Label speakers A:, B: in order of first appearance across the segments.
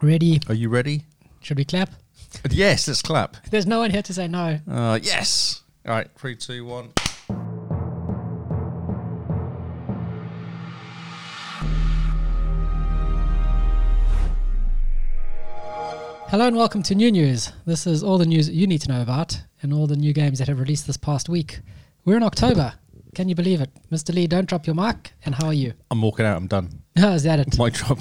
A: Ready?
B: Are you ready?
A: Should we clap?
B: Yes, let's clap.
A: There's no one here to say no.
B: Uh, yes. All right, three, two, one.
A: Hello and welcome to New News. This is all the news that you need to know about and all the new games that have released this past week. We're in October. Can you believe it? Mr. Lee, don't drop your mic. And how are you?
B: I'm walking out. I'm done.
A: How is that it?
B: My job.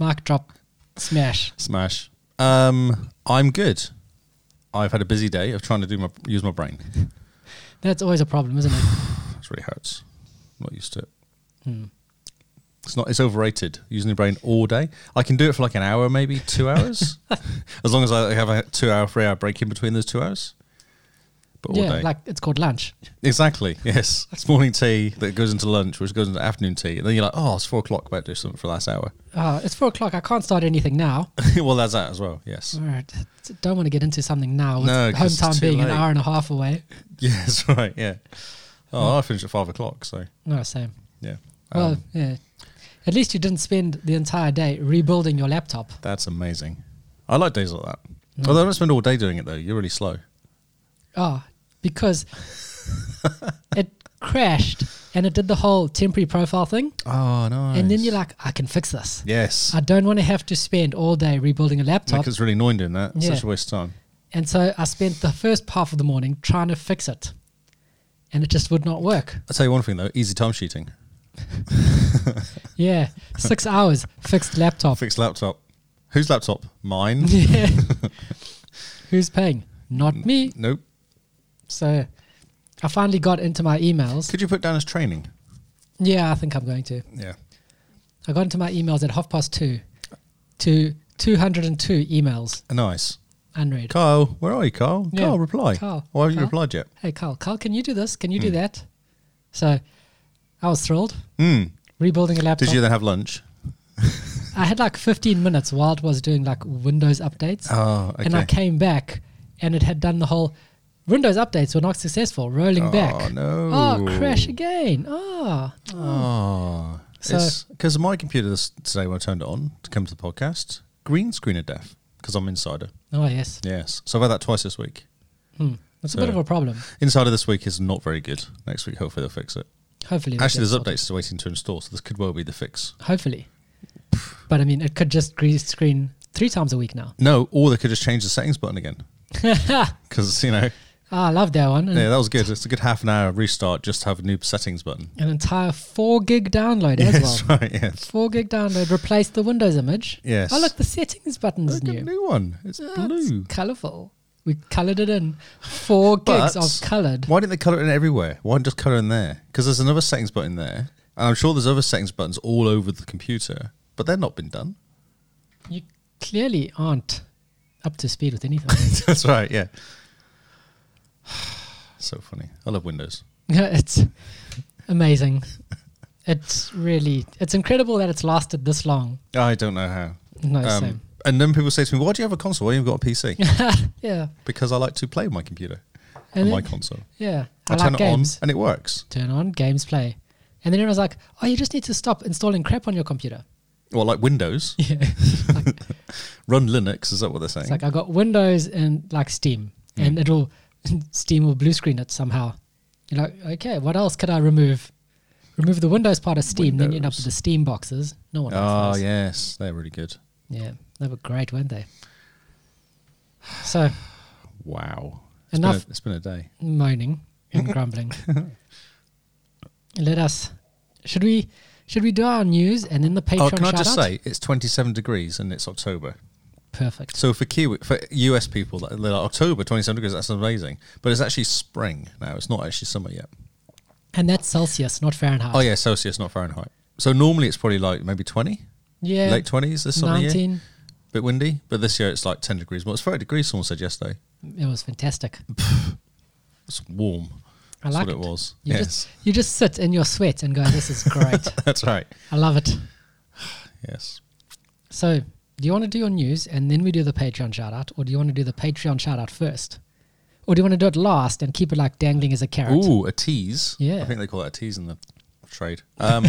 A: Mic drop. Smash.
B: Smash. Um, I'm good. I've had a busy day of trying to do my use my brain.
A: That's always a problem, isn't it?
B: That's really hurts. I'm not used to it. Hmm. It's not. It's overrated. Using your brain all day. I can do it for like an hour, maybe two hours, as long as I have a two-hour, three-hour break in between those two hours. But all
A: yeah,
B: day.
A: like it's called lunch.
B: Exactly. Yes. It's morning tea that goes into lunch, which goes into afternoon tea. And then you're like, oh, it's four o'clock. Better do something for the last hour.
A: Uh, it's four o'clock. I can't start anything now.
B: well, that's that as well. Yes.
A: All right. Don't want to get into something now. With
B: No, 'cause
A: home
B: it's
A: time
B: too
A: being an
B: late.
A: hour and a half away.
B: Yes. Right. Yeah. Oh, I finish at five o'clock. So
A: No, same.
B: yeah.
A: Well,
B: Um,
A: yeah. At least you didn't spend the entire day rebuilding your laptop.
B: that's amazing. I like days like that.
A: Mm.
B: Although I don't spend all day doing it though. You're really slow.
A: Oh, because it crashed and it did the whole temporary profile thing.
B: Oh no.
A: And then you're like, I can fix this.
B: yes.
A: I don't want to have to spend all day rebuilding a laptop.
B: Because it's really annoying doing that. It's
A: Yeah.
B: Such a waste of time.
A: And so I spent the first half of the morning trying to fix it. And it just would not work.
B: I'll tell you one thing though. Easy time sheeting.
A: Yeah. Six hours, fixed laptop.
B: Fixed laptop. Whose laptop? Mine.
A: Yeah. Who's paying? Not me.
B: nope.
A: So I finally got into my emails.
B: Could you put down as training?
A: Yeah, I think I'm going to.
B: Yeah.
A: I got into my emails at half past two to 202 emails
B: Nice.
A: unread.
B: Kyle, where are you, Kyle?
A: Yeah.
B: Kyle, reply.
A: Kyle,
B: Why haven't you
A: Kyle?
B: replied yet?
A: Hey, Carl, Carl, can you do this? Can you
B: Hmm.
A: do that? So I was thrilled.
B: Mm.
A: Rebuilding a laptop.
B: Did you then have lunch?
A: I had like 15 minutes while it was doing like Windows updates.
B: Oh, okay.
A: And I came back and it had done the whole Windows updates were not successful, rolling
B: Oh,
A: back.
B: no.
A: Oh, crash again. Oh.
B: Oh.
A: So-
B: Because my computer this, today, when I turned it on to come to the podcast, green screen of death because I'm Insider.
A: Oh, yes.
B: Yes. So I've had that twice this week.
A: Hmm. That's a
B: So-
A: bit of a problem.
B: Insider this week is not very good. Next week, hopefully, they'll fix it.
A: Hopefully. we'll
B: Actually,
A: get
B: there's
A: sorted.
B: updates still waiting to install, so this could well be the fix.
A: Hopefully. But I mean, it could just green screen three times a week now.
B: No, or they could just change the settings button again.
A: Ah,
B: Because, you know,
A: I love that one. An,
B: yeah, that was good. It's a good half an hour restart just to have a new settings button.
A: an entire four gig download as well.
B: Yes, right, yes.
A: Four gig download replaced the Windows image.
B: Yes.
A: Oh, look, the settings button's
B: Look
A: new.
B: at the new one. It's blue.
A: colorful. We colored it in. Four gigs
B: But
A: of colored.
B: Why didn't they colour it in everywhere? Why not just colour in there? Because there's another settings button there, and I'm sure there's other settings buttons all over the computer, but they're not been done.
A: You clearly aren't up to speed with anything.
B: That's right. Yeah. so funny. I love Windows.
A: Yeah, it's amazing. It's really, it's incredible that it's lasted this long.
B: I don't know how.
A: No,
B: Um, and then people say to me, "Why do you have a console? Why do you got a PC?"
A: same. yeah.
B: because I like to play with my computer
A: And
B: on my
A: then-
B: console.
A: Yeah. I,
B: I, turn
A: like
B: it
A: games.
B: on and it works.
A: turn on games play and then everyone's like oh you just need to stop installing crap on your computer
B: Well, like Windows,
A: yeah like,
B: run Linux. Is that what they're saying?
A: it's like i got windows and like steam and it'll steam will blue screen it somehow you're like okay what else could i remove remove the windows part of steam then you end up with the steam boxes no one
B: oh
A: likes those.
B: yes, they're really good.
A: yeah they were great weren't they so
B: Wow.
A: Enough-
B: It's been a, it's been a day.
A: moaning and grumbling let us should we should we do our news and then the patreon
B: Oh, can I
A: shout
B: just
A: out?
B: say it's 27 degrees and it's October.
A: perfect
B: So for Kiwi, for US people, that- they're like, October 27 degrees. That's amazing. But it's actually spring now. It's not actually summer yet.
A: and that's celsius not fahrenheit
B: Oh yeah, Celsius, not Fahrenheit. So normally it's probably like maybe 20,
A: Yeah.
B: late 20s this summer year.
A: 19.
B: Bit windy, but this year it's like 10 degrees. Well, it's 30 degrees. Someone said yesterday.
A: It was fantastic.
B: It's warm.
A: I
B: That's
A: like
B: what
A: it.
B: it, was.
A: You
B: yes,
A: just you just sit in your sweat and go, This is great.
B: that's right.
A: I love it.
B: Yes.
A: So do you want to do your news and then we do the Patreon shout out, or do you want to do the Patreon shout out first? Or do you want to do it last and keep it like dangling as a carrot?
B: Ooh, a tease.
A: Yeah.
B: I think they call it a tease in the trade. Um,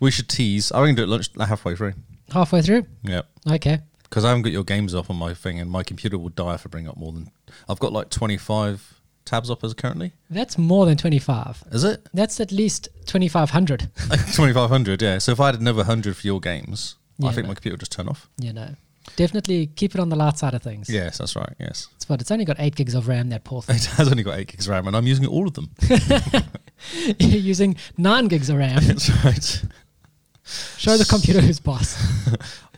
B: we should tease. I reckon do it lunch halfway through.
A: Halfway through?
B: Yep.
A: Okay.
B: because I haven't got your games up on my thing, and my computer will die if I bring up more than I've got like twenty five tabs up as currently.
A: That's more than 25.
B: Is it
A: That's at least 2,500.
B: twenty five hundred? Yeah. So if I had another hundred for your games,
A: Yeah,
B: I think
A: no.
B: my computer would just turn off.
A: you know, definitely keep it on the light side of things.
B: Yes, that's right. Yes,
A: It's what it's only got eight gigs of RAM, that poor thing.
B: it has only got eight gigs of RAM, and I'm using all of them.
A: You're using nine gigs of RAM.
B: that's right.
A: Show the computer who's boss.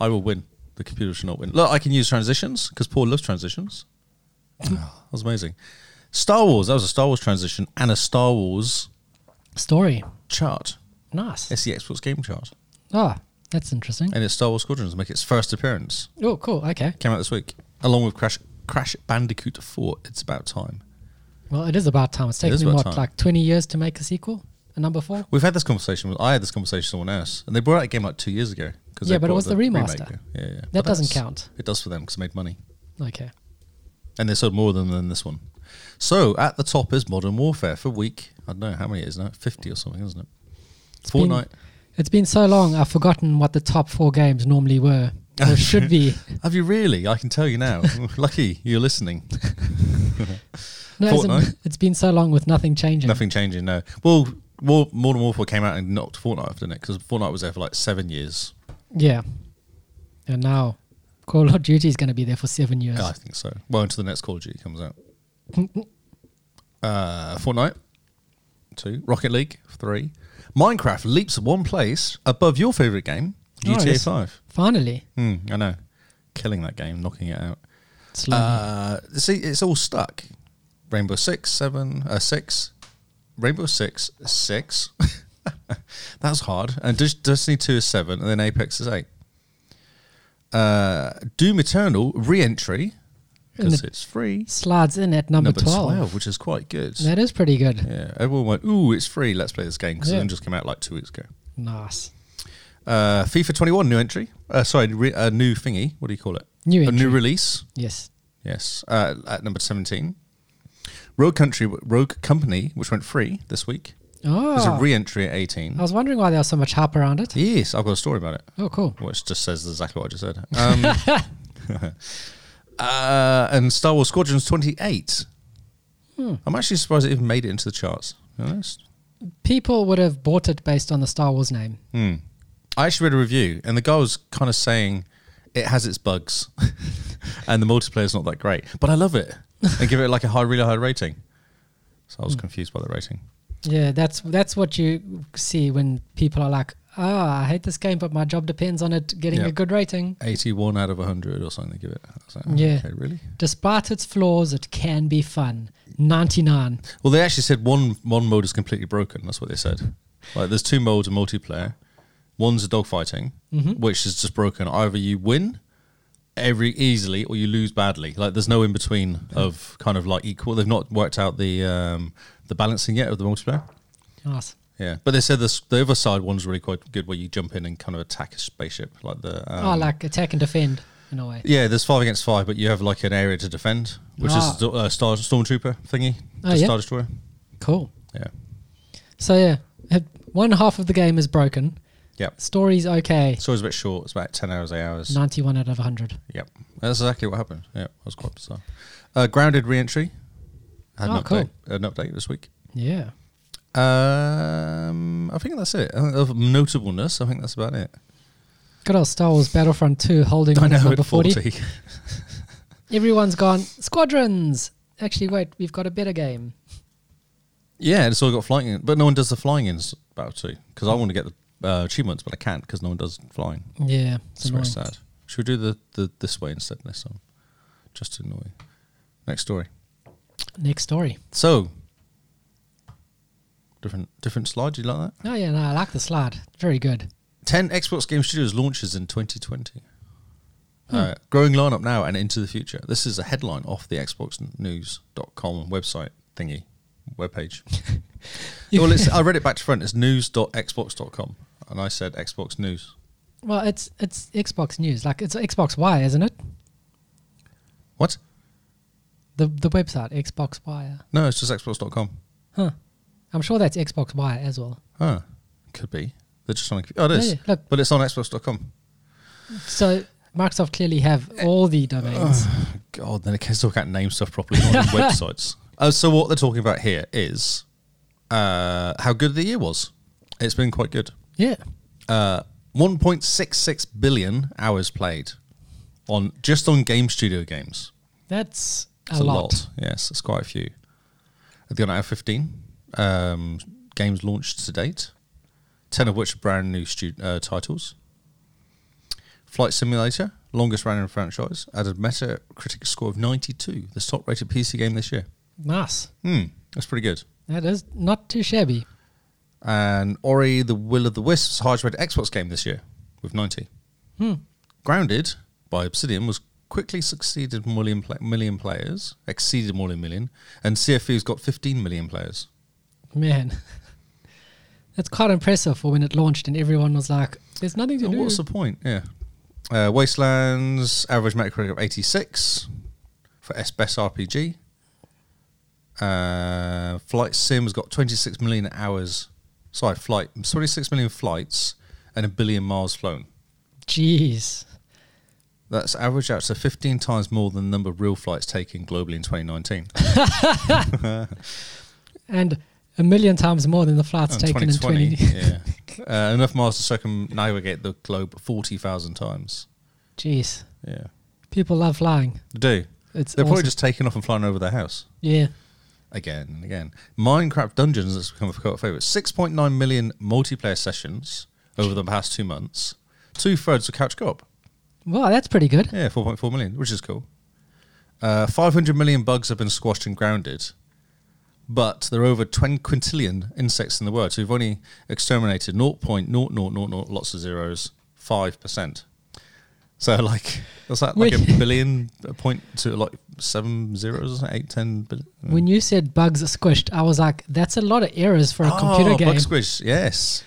B: I will win. The computer should not win. Look, I can use transitions because Paul loves transitions. that was amazing. Star Wars. That was a Star Wars transition and a Star Wars
A: Story.
B: chart.
A: Nice.
B: It's the Xbox game chart,
A: Oh, that's interesting.
B: and it's Star Wars Squadrons make its first appearance.
A: Oh, cool. Okay.
B: Came out this week along with Crash Crash Bandicoot Four. It's about time.
A: Well, it is about time. It's taken
B: is
A: them,
B: about
A: what,
B: time. Oh,
A: like 20 years to make a sequel? A number four?
B: We've had this conversation with I had this conversation with someone else, and they brought out a game like two years ago. 'cause they
A: Yeah, but it
B: brought
A: was the
B: remake.
A: remaster.
B: Yeah, yeah.
A: That doesn't
B: that's-
A: count.
B: It does for them because it made money.
A: Okay.
B: and they sold more of them than this one. So at the top is Modern Warfare for week. I don't know how many it is now, fifty or something, isn't it?
A: been-
B: Fortnite.
A: It's been so long, I've forgotten what the top four games normally were or should be.
B: Have you really? I can tell you now. Lucky you're listening.
A: No, it's-
B: Fortnite?
A: it's been so long with nothing changing.
B: Nothing changing now. Well, War, Modern Warfare came out and knocked Fortnite off, didn't it? Because Fortnite was there for like seven years.
A: Yeah. And now Call of Duty is going to be there for seven years.
B: Yeah, I think so. Well, until the next Call of Duty comes out. Uh, Fortnite, two. Rocket League, three. Minecraft leaps one place above your favorite game, GTA
A: Nice.
B: Five.
A: Finally.
B: Hmm, I know. Killing that game, knocking it out.
A: Slowly.
B: Uh, see, it's all stuck. Rainbow Six, Seven, uh, Six, Rainbow Six, Six. That's hard. And Dis- Destiny Two is seven, and then Apex is eight. Uh, Doom Eternal re-entry
A: And
B: because
A: the-
B: it's free.
A: Slides in at number, 12.
B: which is quite good.
A: That is pretty good.
B: Yeah, everyone went, "Ooh, it's free. Let's play this game." Because
A: Yeah.
B: it only just came out like two weeks ago.
A: Nice.
B: Uh, FIFA 21 new entry. Uh, sorry, re- a new thingy. What do you call it?
A: New
B: a
A: entry.
B: new release.
A: Yes.
B: Yes, uh, at number seventeen, Rogue Country, Rogue Company, which went free this week. There's
A: Oh.
B: a re-entry at eighteen.
A: I was wondering why there was so much hype around it.
B: Yes, I've got a story about it,
A: Oh, cool.
B: which just says exactly what I just said. Um, uh, and Star Wars Squadrons twenty-eight. I'm actually surprised it even made it into the charts. to be honest.
A: People would have bought it based on the Star Wars name.
B: Hmm. I actually read a review, and the guy was kind of saying it has its bugs, and the multiplayer's not that great. But I love it, and give it like a high, really high rating. So I was confused by the rating.
A: Yeah, that's that's what you see when people are like, "Oh, I hate this game, but my job depends on it getting
B: Yeah.
A: a good rating."
B: 81 out of 100 or something they give it. I was like, oh,
A: Yeah.
B: Okay, really?
A: Despite its flaws, it can be fun. 99.
B: Well, they actually said one one mode is completely broken. That's what they said. Like, there's two modes of multiplayer. One's a dogfighting, which is just broken. Either you win every easily or you lose badly. Like, there's no in between of kind of like equal. They've not worked out the um, the balancing yet of the multiplayer.
A: Nice.
B: Yeah, but they said this, the other side one's really quite good, where you jump in and kind of attack a spaceship, like the um,
A: oh, like attack and defend in a way.
B: Yeah, there's five against five, but you have like an area to defend, which
A: Ah.
B: is a uh, star stormtrooper thingy,
A: Oh,
B: the
A: yeah?
B: star destroyer.
A: Cool.
B: Yeah,
A: So yeah, it- one half of the game is broken.
B: yeah.
A: Story's okay.
B: So it's a bit short. It's about ten hours, eight hours.
A: Ninety-one out of hundred.
B: Yep, that's exactly what happened. Yeah, that was quite bizarre. Uh, grounded reentry. Had
A: Oh,
B: an
A: cool.
B: update. An update this week.
A: Yeah.
B: Um, I think that's it. I think Of notableness, I think that's about it.
A: Good old Star Wars Battlefront 2 holding on to number
B: at
A: 40. Everyone's gone, Squadrons! Actually, wait, we've got a better game.
B: yeah, and it's all got flying, in, but no one does the flying in s- battle too because I want to get the uh, achievements, but I can't because no one does flying.
A: Yeah. It's
B: It's very
A: annoying.
B: sad. Should we do the, the this way instead next time? Just to annoy. Next story.
A: Next story.
B: So different different slide, do you like that?
A: Oh, yeah, no, I like the slide. Very good.
B: Ten Xbox Game Studios launches in twenty twenty. Uh, growing lineup now and into the future. This is a headline off the xboxnews.com website thingy webpage. well, it's, I read it back to front. It's news.xbox.com, and I said Xbox News.
A: Well, it's it's Xbox News. Like, it's Xbox Y, isn't it?
B: What?
A: The the website, Xbox Y.
B: No, it's just xbox.com.
A: Huh. I'm sure that's Xbox Y as well.
B: Huh. Could be. They're just on. Oh, it
A: Yeah,
B: is.
A: yeah, look.
B: But it's on Xbox.com.
A: So Microsoft clearly have all the domains.
B: God, then it can still can't name stuff properly on websites. Uh, so what they're talking about here is uh, how good the year was. It's been quite good.
A: Yeah.
B: Uh, 1.66 billion hours played on just on Game Studio games.
A: That's a,
B: It's
A: lot.
B: Yes, it's quite a few. They've gone out of 15 um, games launched to date, 10 of which are brand new stu- uh, titles. Flight Simulator, longest running franchise, added Metacritic score of 92, the top rated PC game this year.
A: Nice.
B: Hmm, that's pretty good.
A: That is not too shabby.
B: And Ori the Will of the Wisps, highest rated Xbox game this year with 90.
A: Hmm.
B: Grounded by Obsidian was quickly succeeded million, pla- million players, exceeded million million, and CFU's got 15 million players.
A: Man. That's quite impressive for when it launched and everyone was like, there's nothing to
B: So
A: do.
B: Oh, what's the point? Yeah. Uh, Wastelands, average Metacritic of 86 for S- Best RPG. Uh, Flight Sim has got 26 million hours. Sorry, flight. 26 million flights and a billion miles flown.
A: Jeez.
B: That's averaged out to 15 times more than the number of real flights taken globally in 2019.
A: And a million times more than the flights
B: And
A: taken in 20.
B: yeah. Uh, enough miles to circumnavigate the globe 40,000 times.
A: Jeez.
B: Yeah.
A: People love flying.
B: They do.
A: It's
B: They're probably
A: awesome.
B: just taking off and flying over their house.
A: Yeah.
B: again and again. Minecraft Dungeons has become a cult favorite. 6.9 million multiplayer sessions over the past two months. Two thirds of couch co-op.
A: Wow, that's pretty good.
B: Yeah, 4.4 million, which is cool. Uh, 500 million bugs have been squashed and grounded, but there are over 20 quintillion insects in the world. So we've only exterminated 0.0000 lots of zeros, 5%. So like, was that like
A: Wait.
B: a billion a point to like seven zeros, eight, ten billion?
A: When you said bugs are squished, I was like, that's a lot of errors for a computer game.
B: Oh, Bug squish, yes.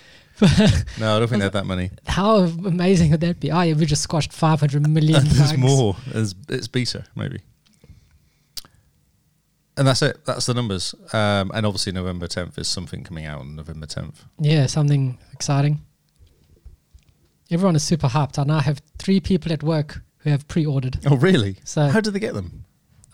B: no, I don't think they had that many.
A: How amazing would that be? Oh, yeah, we just squashed 500 million
B: There's
A: bugs.
B: more. There's, it's beta, maybe. And that's it. That's the numbers. Um, and obviously, November 10th is something coming out on November 10th.
A: Yeah, something exciting. Everyone is super hyped. I now have three people at work who have pre-ordered.
B: Oh, really?
A: So-
B: How did they get them?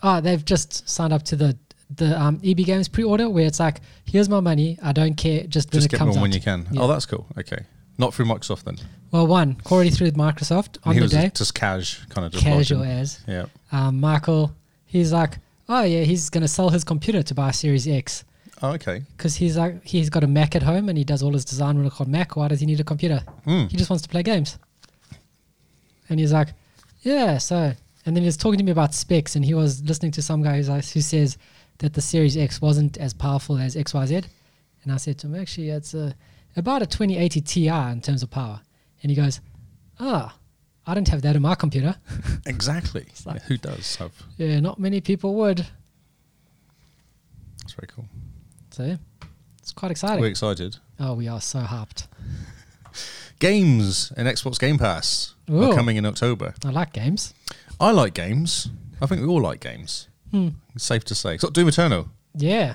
A: Oh, they've just signed up to the the um, EB Games pre-order, where it's like, here's my money. I don't care. Just when
B: Just
A: it
B: get them
A: comes
B: on
A: out.
B: when you can.
A: Yeah.
B: Oh, that's cool. Okay. Not through Microsoft then.
A: Well, one Corey through Microsoft
B: And
A: on
B: he
A: the
B: was
A: day,
B: just cash kind of just
A: casual
B: watching.
A: as.
B: Yeah.
A: Um, Michael, he's like, oh yeah, he's gonna sell his computer to buy a Series X
B: Oh, okay.
A: because he's like, he's got a Mac at home and he does all his design work on Mac. Why does he need a computer?
B: Hmm.
A: He just wants to play games. And he's like, yeah, so. And then he was talking to me about specs, and he was listening to some guy who's like, who says that the Series X wasn't as powerful as XYZ. And I said to him, actually, it's a, about a 2080 Ti in terms of power. And he goes, ah, I don't have that in my computer.
B: Exactly.
A: like-
B: Yeah, who does have?
A: yeah, not many people would.
B: That's very cool.
A: So yeah, it's quite exciting.
B: We're excited.
A: Oh, we are so hyped.
B: Games and Xbox Game Pass
A: Ooh.
B: are coming in October.
A: I like games.
B: I like games. I think we all like games.
A: Hmm.
B: It's safe to say. Except Doom Eternal,
A: Yeah.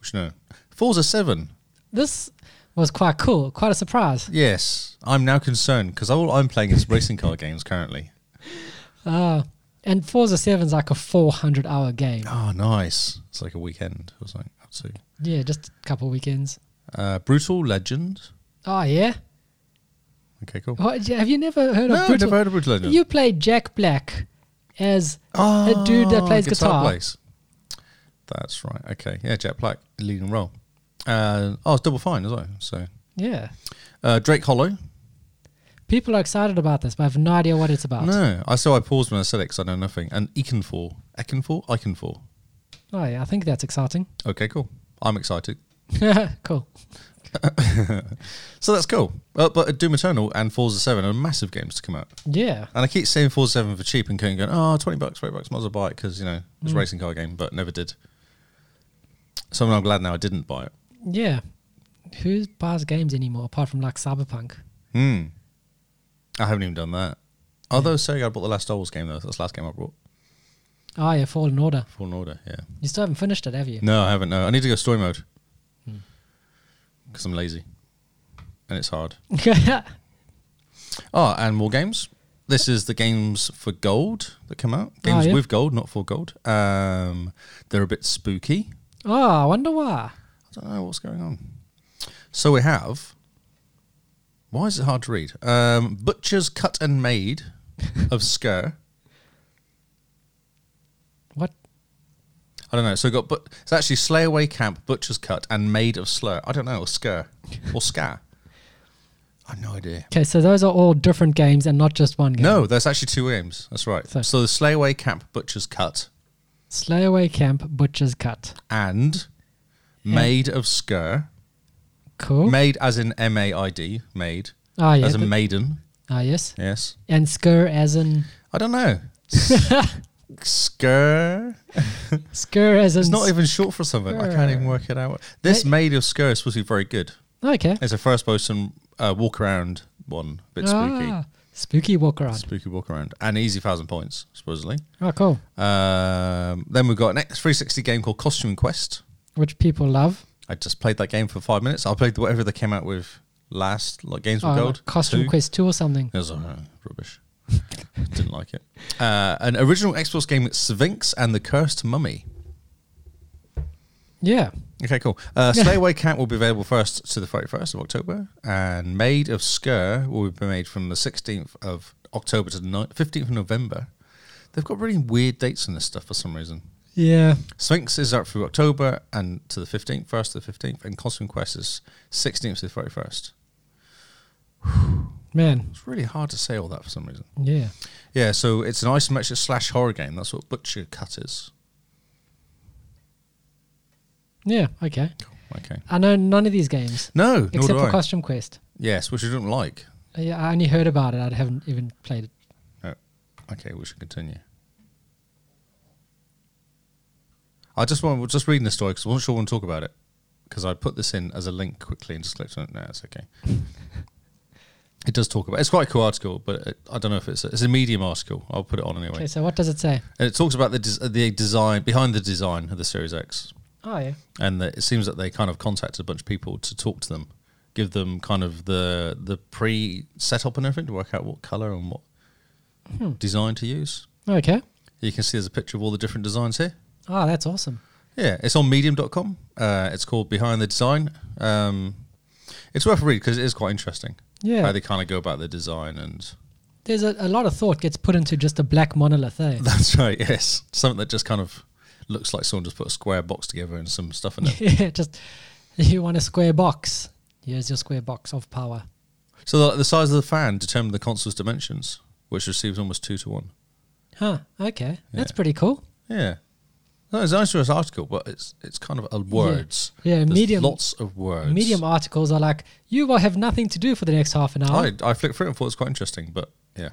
B: which no. Forza 7.
A: This was quite cool. Quite a surprise.
B: Yes. I'm now concerned because all I'm playing is racing car games currently.
A: Uh, and Forza 7's like a 400 hour game.
B: Oh, nice. It's like a weekend or something. Up to.
A: Yeah, just a couple weekends.
B: Uh, Brutal Legend.
A: Oh, yeah?
B: Okay, cool.
A: What, have you never heard
B: no,
A: of
B: I've
A: Oh, Brutal?
B: never heard of Brutal Legend.
A: You played Jack Black as. a dude that
B: Ah,
A: plays guitar.
B: plays. That's right. Okay. Yeah, Jack Black, leading role. Uh, oh, it's Double Fine as well. So
A: Yeah.
B: uh, Drake Hollow.
A: People are excited about this, but I have no idea what it's about.
B: No, I saw. I paused when I said it because I know nothing. And Econfor, Econfor, Iconfor.
A: Oh, yeah, I think that's exciting.
B: Okay, cool. I'm excited.
A: cool.
B: So that's cool. Uh, but Doom Eternal and Forza Seven are massive games to come out.
A: Yeah.
B: And I keep saying Forza Seven for cheap and going, going oh, 20 bucks, 20 bucks, might as well buy it because you know it's a racing car game, but never did. So I'm glad now I didn't buy it.
A: Yeah. Who buys games anymore apart from like Cyberpunk?
B: Hmm. I haven't even done that. Although Sega, I bought the last Star Wars game though. That's the last game I bought.
A: Oh, yeah, Fallen Order.
B: Fallen Order. Yeah.
A: You still haven't finished it, have you?
B: No, I haven't. No, I need to go story mode because I'm lazy and it's hard. Oh, and more games. this is the games for gold that come out. Games
A: yeah.
B: with gold, not for gold. Um, they're a bit spooky.
A: Oh, I wonder why.
B: I don't know what's going on. So we have. Why is it hard to read? Um, Butcher's Cut and Made of Skur.
A: What?
B: I don't know. So we got but it's actually Slayaway Camp, Butcher's Cut, and Maid of Slur. I don't know, or Skur. Or Scar. I have no idea.
A: Okay, so those are all different games and not just one game.
B: No, there's actually two games. That's right.
A: So-
B: So the Slayaway Camp, Butcher's Cut,
A: Slayaway Camp, Butcher's Cut.
B: and Maid of Skur.
A: Cool.
B: Maid as in M A I D, maid.
A: ah, Oh. yeah,
B: as a
A: th-
B: maiden.
A: ah, yes.
B: Yes.
A: And Skur as in
B: I don't know. Skur.
A: Skur as in.
B: It's not even short for something. I can't even
A: Skur.
B: work it out. This
A: Hey.
B: maid of Skur is supposed to be very good.
A: Okay.
B: It's a first person uh, walk around one, a bit
A: Ah, spooky walk
B: spooky,
A: around.
B: spooky walk around, and easy thousand points supposedly.
A: Oh, cool.
B: Um, then we've got an X three sixty game called Costume Quest.
A: Which people love.
B: I just played that game for five minutes. I played whatever they came out with last, like Games with
A: Oh,
B: Gold.
A: Costume
B: two.
A: Quest 2 or something.
B: It was uh, rubbish. Didn't like it. Uh, an original Xbox game, Sphinx and the Cursed Mummy.
A: Yeah.
B: Okay, cool. Uh, Slayaway Camp will be available first to the 31st of October, and Maid of Skur will be made from the 16th of October to the ni- 15th of November. They've got really weird dates in this stuff for some reason.
A: Yeah.
B: Sphinx is out through October and to the 15th, 1st to the 15th, and Costume Quest is 16th to the 31st.
A: Man.
B: It's really hard to say all that for some reason.
A: Yeah.
B: Yeah, so it's an isometric slash horror game. That's what Butcher Cut is.
A: Yeah. Okay.
B: Okay.
A: I know none of these games
B: No, nor
A: except
B: do
A: for
B: I.
A: Costume Quest. Uh,
B: yes, which I don't like.
A: Yeah, I only heard about it. I haven't even played it.
B: Okay, we should continue. I just want we're just reading the story because I wasn't sure I want to talk about it because I put this in as a link quickly and just clicked on it. No, it's okay. it does talk about it's quite a cool article, but it, I don't know if it's a, it's a medium article. I'll put it on anyway.
A: Okay, so what does it say?
B: And it talks about the des- the design behind the design of the Series X,
A: Oh, yeah.
B: and that it seems that they kind of contacted a bunch of people to talk to them, give them kind of the the pre setup and everything to work out what color and what design to use.
A: Okay.
B: You can see there's a picture of all the different designs here.
A: Oh, that's awesome.
B: Yeah, it's on medium.com. Uh, it's called Behind the Design. Um, it's worth a read because it is quite interesting how
A: Yeah.
B: they kind of go about the design. And
A: There's a, a lot of thought gets put into just a black monolith, eh?
B: that's right, yes. Something that just kind of looks like someone just put a square box together and some stuff in it.
A: yeah, just you want a square box. Here's your square box of power.
B: so the, the size of the fan determined the console's dimensions, which receives almost two to one.
A: Huh. Okay. That's
B: Yeah.
A: pretty cool.
B: Yeah. No, it's an interesting article, but it's it's kind of a words.
A: Yeah,
B: There's
A: medium
B: Lots of words.
A: medium articles are like you will have nothing to do for the next half an hour.
B: I, I flicked through it and thought it was quite interesting, but yeah.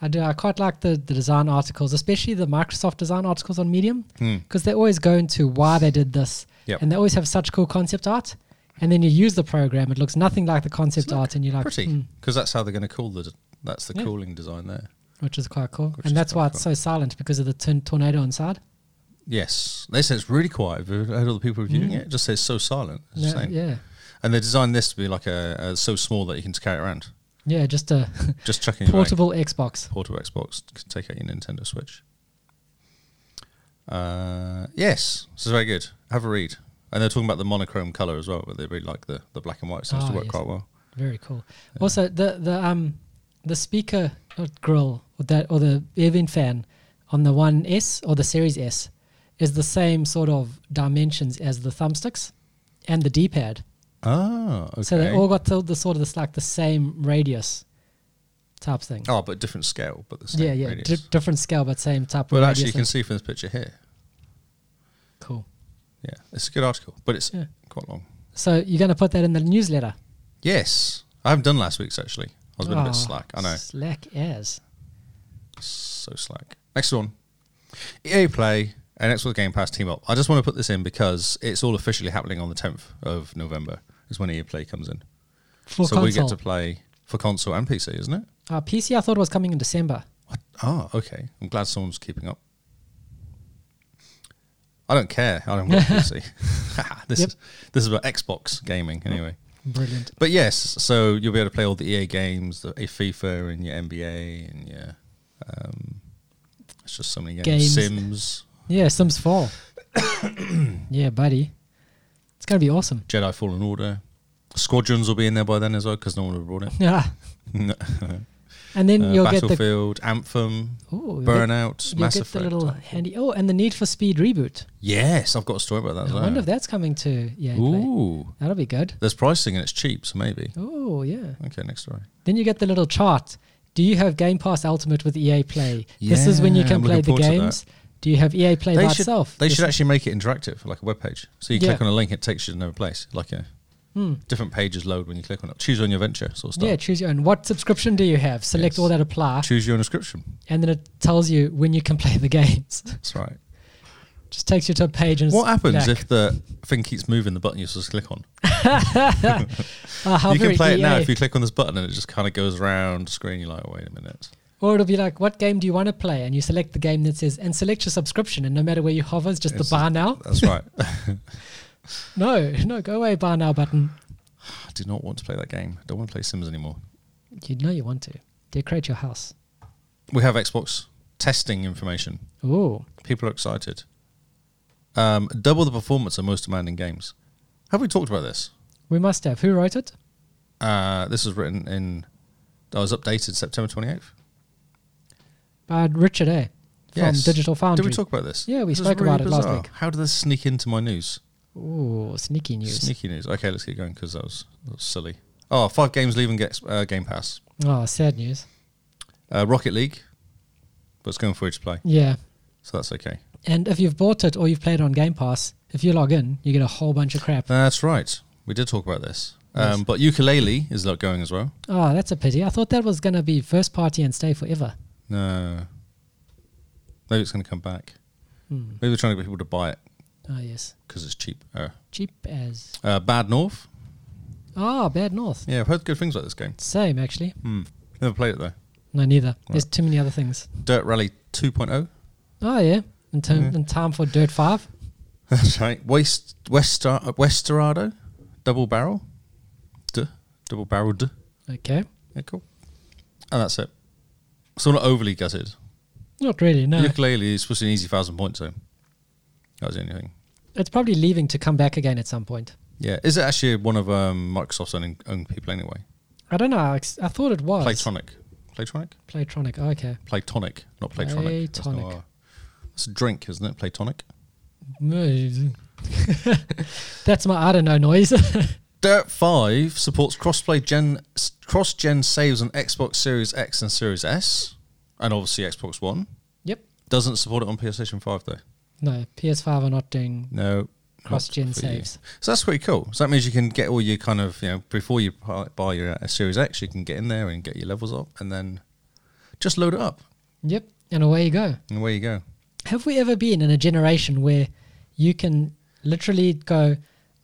A: I do. I quite like the, the design articles, especially the Microsoft design articles on Medium,
B: Hmm.
A: because they always go into why they did this,
B: Yep.
A: and they always have such cool concept art. And then you use the program; it looks nothing like the concept
B: Doesn't it
A: art, and you're like,
B: pretty
A: "Hmm,"
B: because that's how they're going to cool the that's the
A: Yeah.
B: cooling design there
A: which is quite cool.
B: Which is
A: and that's why
B: quite
A: it's so silent because of the torn tornado inside.
B: yes they say it's really quiet have you heard all the people reviewing it? it just says so silent it's
A: No,
B: insane.
A: Hmm. yeah,
B: and they designed this to be like a, a so small that you can just carry it around
A: yeah, just a
B: just chucking portable
A: portable Xbox.
B: portable xbox can take out your nintendo switch uh yes this is very good have a read and they're talking about the monochrome color as well but they really like the, the black and white seems
A: Ah,
B: to work
A: yes.
B: quite well
A: Very cool. Also, the the um the speaker uh, grill or that or the airvent fan on the One S or the Series S is the same sort of dimensions as the thumbsticks and the D pad.
B: ah okay
A: So they all got the, the sort of this like the same radius type thing.
B: oh but different scale but the same
A: yeah, yeah,
B: radius.
A: di- different scale but same type.
B: well
A: of
B: actually you
A: radius
B: can
A: and-
B: see from this picture here
A: cool.
B: Yeah, it's a good article, but it's
A: Yeah.
B: quite long.
A: So you're going to put that in the newsletter.
B: Yes, I haven't done last week's actually. I was being a
A: Ah,
B: bit slack. I know,
A: Slack as.
B: so slack. Next one, EA Play and Xbox Game Pass team up. I just want to put this in because it's all officially happening on the 10th of November. Is when EA Play comes in,
A: For
B: so
A: console.
B: we get to play for console and PC, isn't it?
A: uh, PC I thought was coming in December.
B: What? Ah, okay. I'm glad someone's keeping up. I don't care. I don't want PC. this
A: Yep.
B: is this is about Xbox gaming anyway.
A: Brilliant.
B: But yes, so you'll be able to play all the EA games, the eh, FIFA and your NBA and your. Um, it's just so many games.
A: Games.
B: Sims,
A: Yeah, Sims 4. yeah, buddy. It's going to be awesome.
B: Jedi Fallen Order, Squadrons will be in there by then as well because no one would have
A: Yeah.
B: brought it.
A: And then
B: Uh,
A: you'll get the
B: Battlefield, Anthem,
A: ooh, you'll get-
B: Burnout,
A: you'll
B: Mass
A: get the
B: Effect.
A: little handy. Oh, and the Need for Speed reboot.
B: yes, I've got a story about that. as
A: I
B: well.
A: wonder if that's coming to yeah. Play.
B: Ooh,
A: That'll be good.
B: there's pricing and it's cheap, so maybe.
A: Oh yeah.
B: Okay, next story.
A: Then you get the little chart. Do you have Game Pass Ultimate with EA Play? this is when you
B: Yeah,
A: can
B: I'm
A: play the
B: looking forward to
A: games. Do you have EA Play
B: They
A: by
B: should-
A: itself?
B: They
A: This
B: should
A: is-
B: actually make it interactive, like a web page. So you
A: Yeah.
B: click on a link, it takes you to another place. Like a
A: Hmm.
B: different pages load when you click on it. Choose your own your venture sort of stuff.
A: Yeah, choose your own. What subscription do you have? Select
B: Yes.
A: all that apply,
B: Choose your own description.
A: and then it tells you when you can play the games.
B: That's right.
A: Just takes you to a page and it's
B: What happens
A: back.
B: if the thing keeps moving? The button you just click on.
A: Uh, how
B: you can
A: very
B: play it now
A: EA.
B: if you click on this button, and it just kind of goes around the screen. You're like, "Oh, wait a minute.
A: Or it'll be like, what game do you want to play? And you select the game that says, and select your subscription. And no matter where you hover, it's just
B: It's-
A: the bar now.
B: That's right. I
A: No, no, go away, bar now button.
B: do not want to play that game. I don't want to play Sims anymore.
A: You know you want to. Decorate your house.
B: We have Xbox testing information.
A: Ooh.
B: People are excited. Um, double the performance of most demanding games. Have we talked about this?
A: We must have. Who wrote it?
B: Uh, this was written in. I was updated September 28th.
A: Uh, Richard A. From
B: Yes.
A: Digital Foundry.
B: Did we talk about this?
A: Yeah, we
B: This is
A: spoke about it last week.
B: How did this sneak into my news?
A: Ooh, sneaky news.
B: Sneaky news. Okay, let's keep going because that was, that was silly. Oh, five games leaving get, uh, Game Pass.
A: Oh, sad news.
B: Uh, Rocket League, but it's going free to play,
A: Yeah.
B: so that's okay.
A: And if you've bought it or you've played on Game Pass, if you log in, you get a whole bunch of crap.
B: That's right. We did talk about this. Um,
A: Yes.
B: But Ukulele is not going as well.
A: Oh, that's a pity. I thought that was going to be first party and stay forever.
B: No. Maybe it's going to come back.
A: Hmm.
B: Maybe they're trying to get people to buy it
A: Oh, yes.
B: because it's cheap. Uh,
A: Cheap as.
B: uh, Bad North.
A: Oh, Bad North.
B: Yeah, I've heard good things about this game.
A: Same, actually.
B: Hmm. Never played it though.
A: No, neither. There's too many other things.
B: Dirt Rally 2.0.
A: Oh yeah, in time
B: Yeah.
A: in time for Dirt Five.
B: That's right. West West uh, Westerado, double barrel, duh, double barreled.
A: Okay,
B: Yeah, cool. And that's it. So not overly gutted.
A: not really. No,
B: Ukulele is supposed to be an easy thousand points though. That was the only thing.
A: it's probably leaving to come back again at some point.
B: Yeah, is it actually one of um, Microsoft's own, own people anyway?
A: I don't know. I, ex- I thought it was
B: Playtonic, Playtonic,
A: Playtronic. Oh, okay.
B: Playtonic, not Playtronic. That's not
A: Playtonic.
B: a- That's a drink, isn't it? Playtonic.
A: That's my I don't know noise.
B: Dirt 5 supports crossplay gen cross gen saves on Xbox Series X and Series S, and obviously Xbox One.
A: yep.
B: Doesn't support it on PlayStation 5 though.
A: No, PS5 are not doing
B: No. not
A: cross-gen
B: for you.
A: saves.
B: So that's pretty cool. So that means you can get all your kind of you know before you pi- buy your uh, Series X, you can get in there and get your levels up, and then just load it up,
A: Yep. And away you go.
B: and away you go.
A: Have we ever been in a generation where you can literally go,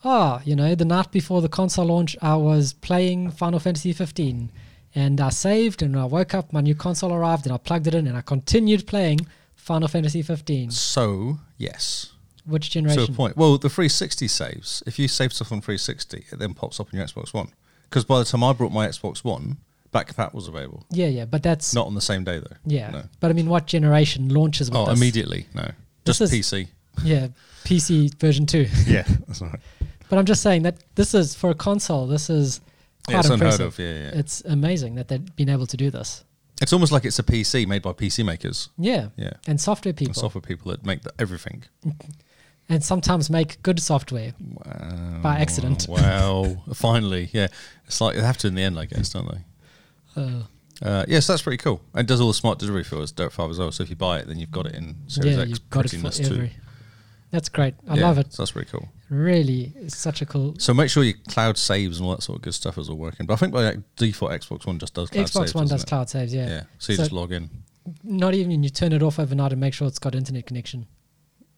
A: oh, you know, the night before the console launch, I was playing Final Fantasy 15 and I saved and I woke up, my new console arrived and I plugged it in and I continued playing Final Fantasy 15.
B: So yes,
A: Which
B: to
A: generation?
B: a point. Well, the 360 saves. If you save stuff on 360, it then pops up on your Xbox One. Because by the time I brought my Xbox One, Backpack was available.
A: Yeah, yeah, but that's.
B: Not on the same day though.
A: yeah.
B: No.
A: But I mean, what generation launches with
B: Oh,
A: this?
B: immediately. No.
A: This
B: Just
A: is-
B: PC.
A: Yeah, PC version 2.
B: Yeah, that's all right.
A: but I'm just saying that this is, for a console, this is quite
B: Yeah, it's unheard
A: impressive.
B: of. Yeah, yeah, yeah.
A: It's amazing that they've been able to do this.
B: It's almost like it's a PC made by PC makers.
A: Yeah.
B: Yeah.
A: And software people.
B: And software people that make the, everything.
A: and sometimes make good software.
B: Wow.
A: By accident.
B: Wow. Finally. Yeah. It's like they have to in the end, I guess, don't they?
A: Uh,
B: Uh, yeah, so that's pretty cool. And it does all the smart delivery for us, Dirt 5 as well. So if you buy it, then you've got it in Series
A: yeah,
B: X.
A: you've got it
B: pretty
A: for
B: much
A: every. That's great. I
B: Yeah,
A: love it.
B: So that's pretty cool.
A: Really, it's such a cool.
B: So make sure your cloud saves and all that sort of good stuff is all working. But I think by like, default, Xbox One just does cloud
A: Xbox
B: saves,
A: One
B: doesn't
A: does
B: it?
A: cloud saves. Yeah.
B: Yeah. So you
A: So-
B: just log in.
A: Not even you turn it off overnight and make sure it's got internet connection,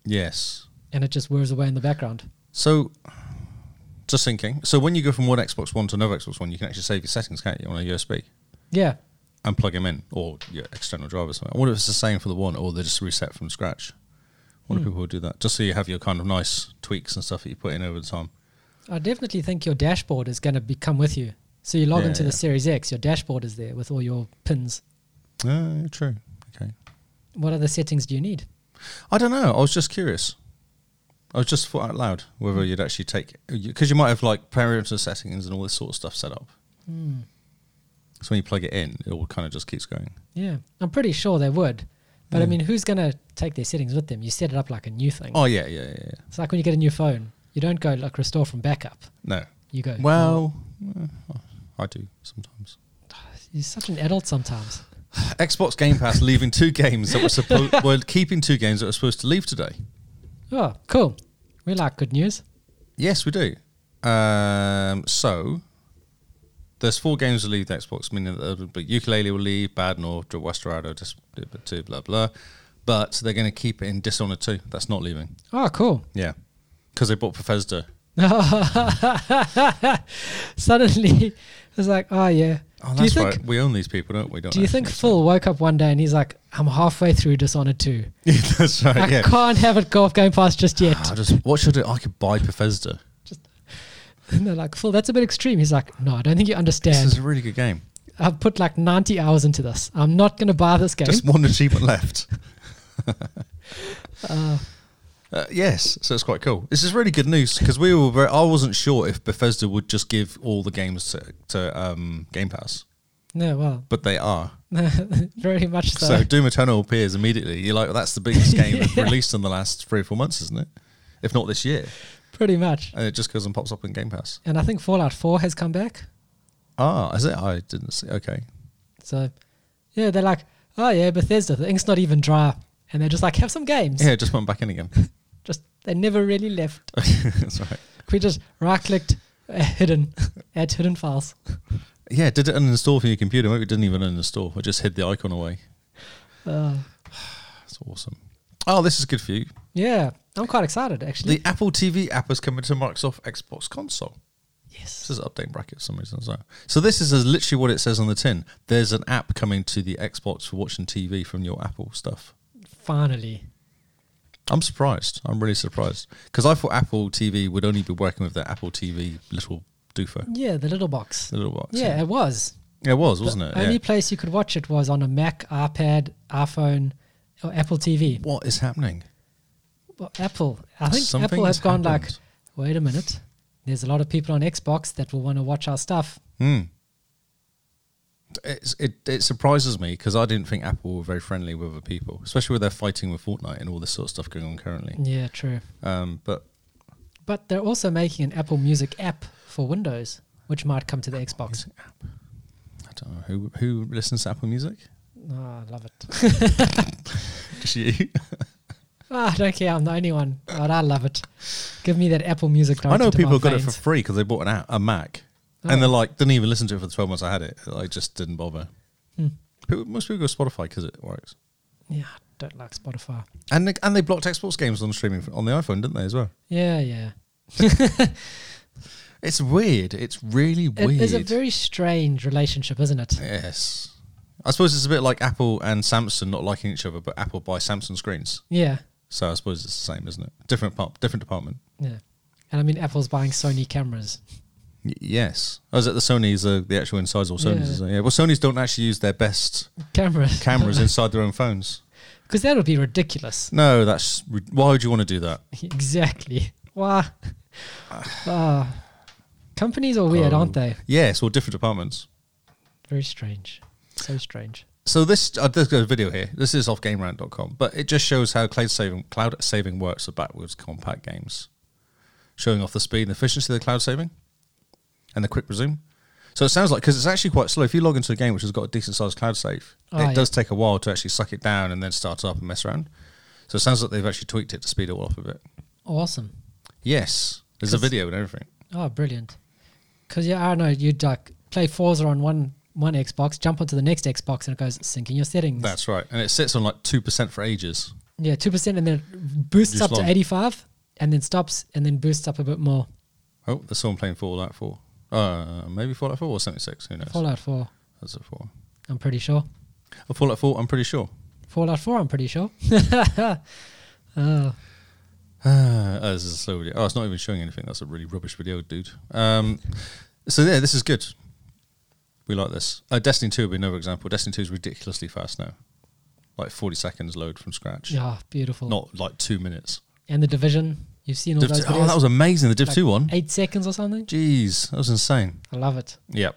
B: Yes.
A: and it just whirs away in the background.
B: So, just thinking. So when you go from one Xbox One to another Xbox One, you can actually save your settings, can't you, on a USB
A: Yeah.
B: and plug them in, or your external drive or something. I wonder if it's the same for the one, or they just reset from Hmm. scratch. I wonder if people will do that, just so you have your kind of nice tweaks and stuff that you put in over the time.
A: I definitely think your dashboard is going to be come with you. So you log
B: Yeah,
A: into
B: yeah.
A: the Series X, your dashboard is there with all your pins.
B: Oh, true. Okay.
A: What other settings do you need?
B: I don't know. I was just curious. I was just thought out loud whether you'd actually take because you might have like parameter settings and all this sort of stuff set up.
A: Hmm.
B: So when you plug it in, it all kind of just keeps going.
A: Yeah, I'm pretty sure they would. But I
B: Mm.
A: mean, who's going to take their settings with them? You set it up like a new thing.
B: Oh yeah, yeah, yeah. yeah.
A: It's like when you get a new phone, you don't go like restore from backup.
B: No.
A: You go,
B: Well, uh, I do sometimes.
A: you're such an adult sometimes.
B: Xbox Game Pass leaving two games that were supposed well keeping two games that were supposed to leave today.
A: Oh, cool. We like good news.
B: Yes, we do. Um, so there's four games that leave the Xbox, meaning that uh, but ukulele will leave, Bad North, Westerado, just two, blah blah. But they're going to keep it in Dishonored two. That's not leaving.
A: Oh, cool.
B: Yeah, because they bought Bethesda.
A: Suddenly, it's like, oh yeah.
B: Oh,
A: Do you
B: that's
A: think-
B: right. We own these people, don't we? Don't
A: Do you think Phil woke up one day and he's like, I'm halfway through Dishonored 2.
B: that's right.
A: I
B: yeah. Ah,
A: can't have it go off Game Pass just yet.
B: I just what should I? do? I could buy Bethesda.
A: And they're like, Phil, that's a bit extreme. He's like, no, I don't think you
B: This
A: understand.
B: is a really good game.
A: I've put like 90 hours into this. I'm not going to buy this game.
B: Just one achievement left.
A: uh,
B: Uh, yes, so it's quite cool. This is really good news because we were. Very, I wasn't sure if Bethesda would just give all the games to, to um, Game Pass,
A: no, well,
B: but they are.
A: very much so.
B: So, Doom Eternal appears immediately. You're like, that's the biggest game they've released in the last three or four months, isn't it? If not this year,
A: Pretty much.
B: and it just goes and pops up in Game Pass.
A: And I think Fallout 4 has come back.
B: Ah, is it? I didn't see. Okay,
A: So, yeah, they're like, oh yeah, Bethesda, the ink's not even dry. And they're just like, have some games.
B: yeah, it just went back in again.
A: Just, they never really left.
B: that's right.
A: We just right clicked, uh, hidden, add hidden files.
B: Yeah, it did it uninstall from your computer? Maybe it didn't even uninstall. It just hid the icon away.
A: Uh,
B: That's awesome. Oh, this is good for you.
A: yeah, I'm quite excited actually.
B: The Apple TV app has come into Microsoft Xbox console. This
A: yes.
B: is update bracket for some reason. So, so this is literally what it says on the tin. There's an app coming to the Xbox for watching TV from your Apple stuff.
A: Finally.
B: I'm surprised. I'm really surprised because I thought Apple TV would only be working with the Apple TV little doofer,
A: Yeah, the little box.
B: the little box.
A: yeah, it was.
B: Yeah, it was, wasn't it?
A: The only
B: Yeah.
A: place you could watch it was on a Mac, iPad, iPhone, or Apple TV.
B: What is happening?
A: Well, Apple. I think
B: Something
A: Apple has gone like,
B: happened.
A: wait a minute. There's a lot of people on Xbox that will want to watch our stuff.
B: Hmm. It's, it it surprises me because I didn't think Apple were very friendly with other people, especially with their fighting with Fortnite and all this sort of stuff going on currently.
A: Yeah, true.
B: Um, but
A: But they're also making an Apple Music app for Windows, which might come to the Xbox.
B: Music app. I don't know who who listens to Apple Music.
A: Oh, I love it.
B: Just you.
A: Ah, I don't care. I'm the only one, but I love it. Give me that Apple Music.
B: I know
A: directed to my
B: people got it for
A: veins.
B: free because they bought an app, a Mac,
A: Oh.
B: and they're like didn't even listen to it for the twelve months I had it. I just didn't bother.
A: Hmm.
B: People, most people go Spotify because it works,
A: Yeah, I don't like Spotify.
B: and they, and they blocked Xbox games on streaming on the iPhone, didn't they as well?
A: Yeah, yeah.
B: It's weird. It's really
A: It
B: weird.
A: is a very strange relationship, isn't it?
B: yes. I suppose it's a bit like Apple and Samsung not liking each other, but Apple buys Samsung screens.
A: Yeah,
B: So I suppose it's the same, isn't it? Different part, different department.
A: yeah. And I mean, Apple's buying Sony cameras.
B: Y- yes. Oh, is it the Sony's, uh, the actual insides or Sony's?
A: Yeah.
B: Is it? yeah. Well, Sony's don't actually use their best
A: Cameras.
B: cameras inside their own phones.
A: Because that would be ridiculous.
B: No, that's ri- why would you want to do that?
A: exactly. Wow. Ah. companies are weird,
B: Oh.
A: aren't they?
B: Yes, or different departments.
A: Very strange. So strange.
B: So this, uh, there's a video here. This is off GameRant.com, but it just shows how cloud saving cloud saving works for backwards compact games, showing off the speed and efficiency of the cloud saving, and the quick resume. So it sounds like because it's actually quite slow. If you log into a game which has got a decent sized cloud save,
A: Oh,
B: it
A: yeah.
B: does take a while to actually suck it down and then start up and mess around. So it sounds like they've actually tweaked it to speed it all up a bit.
A: Awesome.
B: Yes, there's a
A: 'Cause-
B: video and everything.
A: Oh, brilliant. Because, yeah, I don't know, you'd like play Forza on one, one Xbox, jump onto the next Xbox, and it goes syncing your settings.
B: That's right, and it sits on like two percent for ages.
A: Yeah, 2%, and then it boosts
B: Just
A: up
B: long.
A: to 85, and then stops, and then boosts up a bit more.
B: Oh, there's someone playing Fallout 4. Uh, maybe Fallout 4 or 76. Who knows?
A: Fallout 4,
B: That's a 4.
A: I'm pretty sure.
B: Oh, Fallout 4, I'm pretty sure.
A: Fallout 4, I'm pretty sure. oh,
B: oh, this is a slow video. Oh, it's not even showing anything. That's a really rubbish video, dude. Um, so yeah, this is good. We like this. Uh, Destiny Two would be another example. Destiny Two is ridiculously fast now, like forty seconds load from scratch,
A: Yeah, Ah, beautiful.
B: not like two minutes.
A: And the division. You've seen all
B: Div
A: those.
B: two- oh, that was amazing. The Div Two one.
A: eight seconds or something.
B: Jeez, that was insane.
A: I love it.
B: Yep.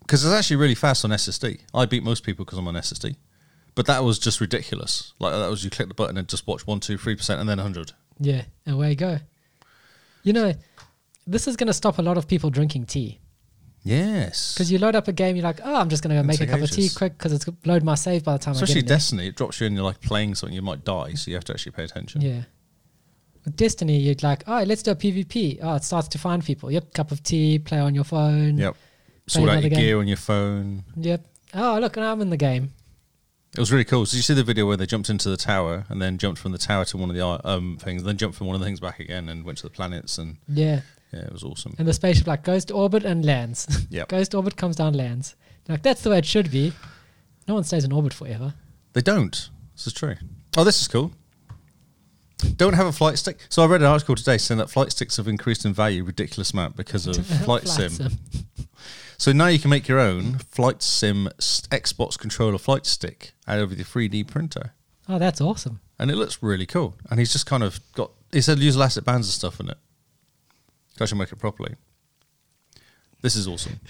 B: Because it's actually really fast on SSD. I beat most people because I'm on SSD, but that was just ridiculous. Like that was you click the button and just watch one, two, three percent, and then hundred.
A: Yeah, away you go. You know, this is going to stop a lot of people drinking tea
B: Yes.
A: because you load up a game. You're like, oh, I'm just going to go
B: Can
A: make a
B: take
A: cup of tea
B: ages.
A: quick because it's gonna load my save by the time
B: Especially
A: I get in there.
B: Destiny, it drops you and you're like playing something, you might die, so you have to actually pay attention.
A: Yeah. With Destiny, you'd like, oh, let's do a PvP. Oh, it starts to find people. Yep, cup of tea, play on your phone.
B: Yep. Sort out
A: another
B: your
A: game.
B: gear on your phone.
A: Yep. Oh, look, I'm in the game.
B: It was really cool. So you see the video where they jumped into the tower and then jumped from the tower to one of the uh, um things, then jumped from one of the things back again and went to the planets and
A: Yeah.
B: yeah, it was awesome.
A: And the spaceship like goes to orbit and lands.
B: Yep.
A: goes to orbit, comes down, lands. Like that's the way it should be. No one stays in orbit forever.
B: They don't. This is true. Oh, this is cool. Don't have a flight stick. So I read an article today saying that flight sticks have increased in value ridiculous amount because of flight, sim. So now you can make your own flight sim s- Xbox controller flight stick out of the 3D printer.
A: Oh, that's awesome.
B: and it looks really cool. And he's just kind of got he said use elastic bands and stuff in it. I should make it properly. This is awesome.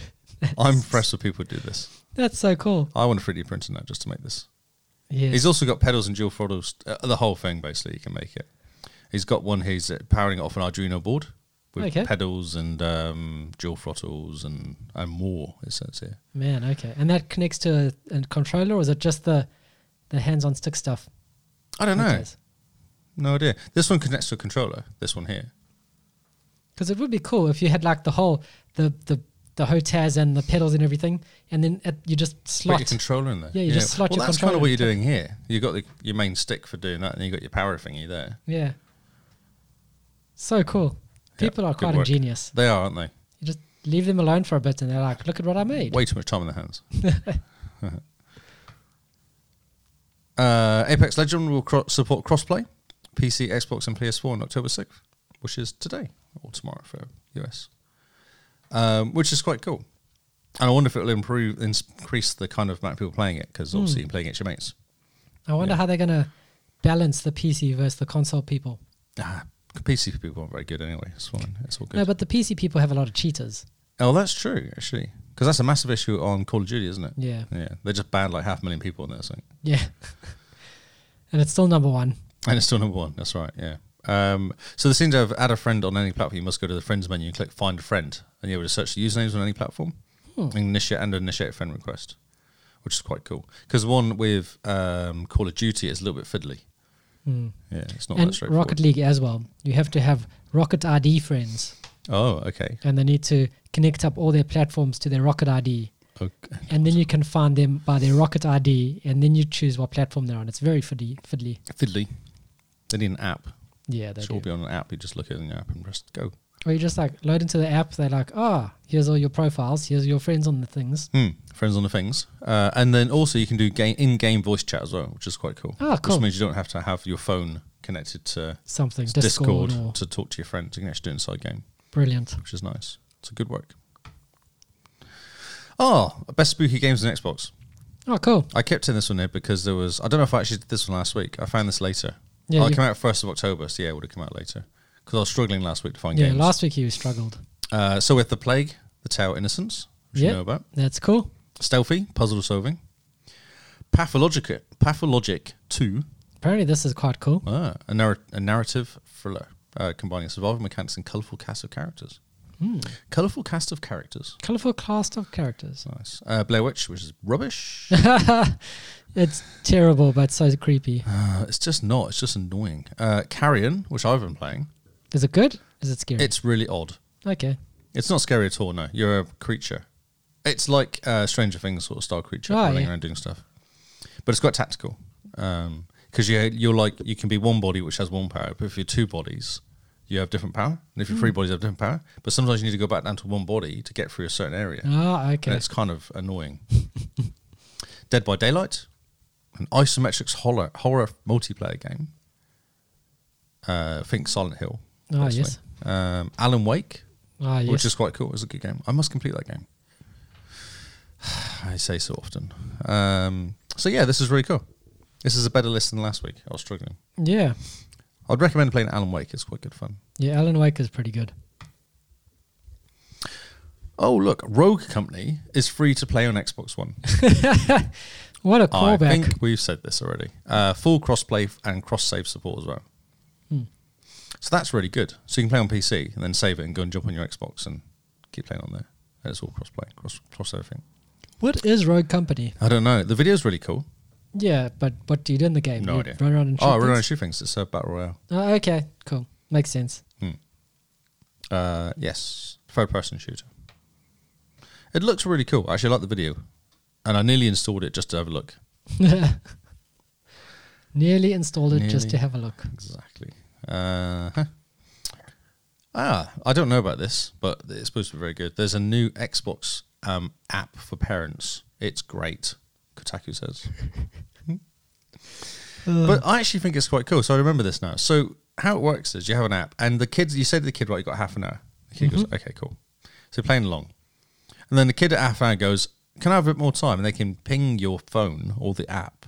B: I'm impressed with people who do this.
A: That's so cool.
B: I want a 3D printer now just to make this.
A: Yeah.
B: He's also got pedals and dual throttles, uh, the whole thing basically. You can make it. He's got one. He's uh, powering it off an Arduino board with
A: Okay.
B: pedals and um, dual throttles and and more. It says here.
A: Man, okay. And that connects to a, a controller, or is it just the the hands-on stick stuff?
B: I don't know. No idea. This one connects to a controller. This one here.
A: Because it would be cool if you had like the whole the the the hotels and the pedals and everything, and then at, you just
B: Put
A: slot.
B: your controller in there.
A: Yeah, you just slot
B: well,
A: your
B: that's kind of what
A: controller
B: you're doing here. You got the, your main stick for doing that, and you got your power thingy there.
A: yeah. So cool.
B: Yeah,
A: People are
B: good
A: quite
B: work.
A: ingenious.
B: They are, aren't they?
A: You just leave them alone for a bit, and they're like, "Look at what I made."
B: Way too much time on their hands. uh, Apex Legend will cro- support crossplay, PC, Xbox, and PS4 on October 6th, which is today or tomorrow for US, um, which is quite cool. And I wonder if it'll improve, ins- increase the kind of amount of people playing it, because
A: Hmm.
B: obviously you're playing against your mates.
A: I wonder
B: Yeah.
A: how they're gonna balance the PC versus the console people.
B: Ah, PC people aren't very good anyway. It's fine. It's all good.
A: No, but the PC people have a lot of cheaters.
B: Oh, that's true, actually. Because that's a massive issue on Call of Duty, isn't it?
A: Yeah,
B: Yeah. They just banned like half a million people on there, I think.
A: yeah. and it's still number one.
B: And it's still number one. That's right, yeah. Um, so the seem to have add a friend on any platform. You must go to the friends menu and click find a friend, and you're able to search the usernames on any platform
A: Hmm.
B: and, initiate, and initiate a friend request, which is quite cool. Because one with um, Call of Duty is a little bit fiddly.
A: Mm.
B: Yeah, it's not that
A: and
B: straightforward.
A: Rocket League as well. You have to have Rocket ID friends,
B: oh, okay.
A: and they need to connect up all their platforms to their Rocket ID,
B: okay.
A: and then you can find them by their Rocket ID, and then you choose what platform they're on. It's very fiddly. fiddly.
B: Fiddly. They need an app.
A: Yeah, they
B: It should all
A: do.
B: be on an app. You just look at an app and press go.
A: Or you just like load into the app. They're like, oh, here's all your profiles. Here's your friends on the things.
B: Hmm. Friends on the things, uh, and then also you can do game in-game voice chat as well, which is quite cool.
A: Ah, cool.
B: Which means you don't have to have your phone connected to
A: Something
B: Discord,
A: Discord, or
B: to talk to your friends. You can actually do it inside game,
A: brilliant.
B: which is nice. It's a good work. Oh, best spooky games on Xbox.
A: Oh, cool.
B: I kept in this one here because there was. I don't know if I actually did this one last week. I found this later.
A: Yeah,
B: oh, it
A: you-
B: came out first of October, so yeah, it would have come out later. Because I was struggling last week to find
A: yeah.
B: games.
A: Last week you struggled.
B: uh, so with the plague, the Tower Innocence, which
A: Yep.
B: you know about.
A: That's cool.
B: Stealthy, puzzle solving. Pathologic, Pathologic 2,
A: Apparently this is quite cool.
B: ah, a, narr- a narrative thriller uh, combining survival mechanics and colourful cast of characters. Colourful cast of characters.
A: Colorful cast of characters.
B: Nice. Uh, Blair Witch, which is rubbish.
A: it's terrible, but so creepy.
B: uh, it's just not. It's just annoying. Uh, Carrion, which I've been playing.
A: Is it good? Is it scary?
B: It's really odd.
A: okay.
B: It's not scary at all, no. You're a creature. It's like uh, Stranger Things sort of style creature
A: Oh,
B: running
A: yeah.
B: around doing stuff. But it's quite tactical. Because you, you're like, you can be one body which has one power, but if you're two bodies, you have different power. And if you're
A: Mm.
B: three bodies, you have different power. But sometimes you need to go back down to one body to get through a certain area.
A: Ah,
B: And
A: okay.
B: it's kind of annoying. Dead by Daylight, an isometric horror, horror multiplayer game. Uh, think Silent Hill.
A: Ah,
B: personally.
A: yes.
B: Um, Alan Wake,
A: Ah, yes.
B: which is quite cool. It's a good game. I must complete that game. I say so often. Um, so yeah, this is really cool. This is a better list than last week. I was struggling.
A: yeah.
B: I'd recommend playing Alan Wake. It's quite good fun.
A: Yeah, Alan Wake is pretty good.
B: Oh look, Rogue Company is free to play on Xbox One.
A: What a
B: I
A: callback.
B: think we've said this already. Uh, full cross-play f- and cross-save support as well.
A: Hmm.
B: So that's really good. So you can play on PC and then save it and go and jump on your Xbox and keep playing on there. And it's all cross-play, cross cross everything.
A: What is Rogue Company?
B: I don't know. The video's really cool.
A: Yeah, but what do you do in the game?
B: No
A: You
B: idea.
A: Run around and shoot
B: oh, Run and
A: things?
B: Shoot Things. It's a battle royale.
A: Oh, okay, cool. Makes sense.
B: Uh, yes, third-person shooter. It looks really cool. Actually, I like the video, and I nearly installed it just to have a look.
A: Nearly installed it just to
B: Nearly.
A: have a look.
B: Exactly. Uh, huh. Ah, I don't know about this, but it's supposed to be very good. There's a new Xbox um, app for parents. It's great, Kotaku says. but I actually think it's quite cool. So I remember this now. So how it works is you have an app, and the kids, you say to the kid, right, you got half an hour. The kid goes, okay, cool. So you're playing along. And then the kid at half hour goes, can I have a bit more time? And they can ping your phone or the app.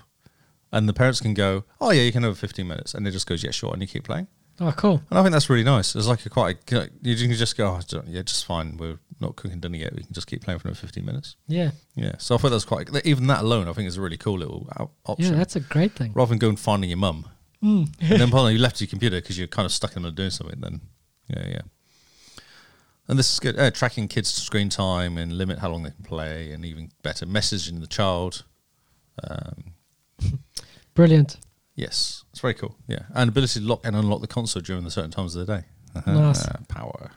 B: And the parents can go, oh, yeah, you can have 15 minutes. And it just goes, yeah, sure. And you keep playing.
A: Oh, cool.
B: And I think that's really nice. It's like a quite, a, you can just go, oh, don't- yeah, just fine. We're not cooking dinner yet. We can just keep playing for another 15 minutes.
A: Yeah,
B: Yeah. So I thought that's quite, even that alone, I think is a really cool little o-
A: yeah,
B: option.
A: that's a great thing.
B: Rather than going and finding your mum. and then finally you left your computer because you're kind of stuck in the middle of doing something then. Yeah, yeah. And this is good. Uh, tracking kids' screen time and limit how long they can play and even better, messaging the child. Um,
A: Brilliant.
B: Yes, it's very cool. Yeah, and ability to lock and unlock the console during the certain times of the day. Uh,
A: Nice.
B: power,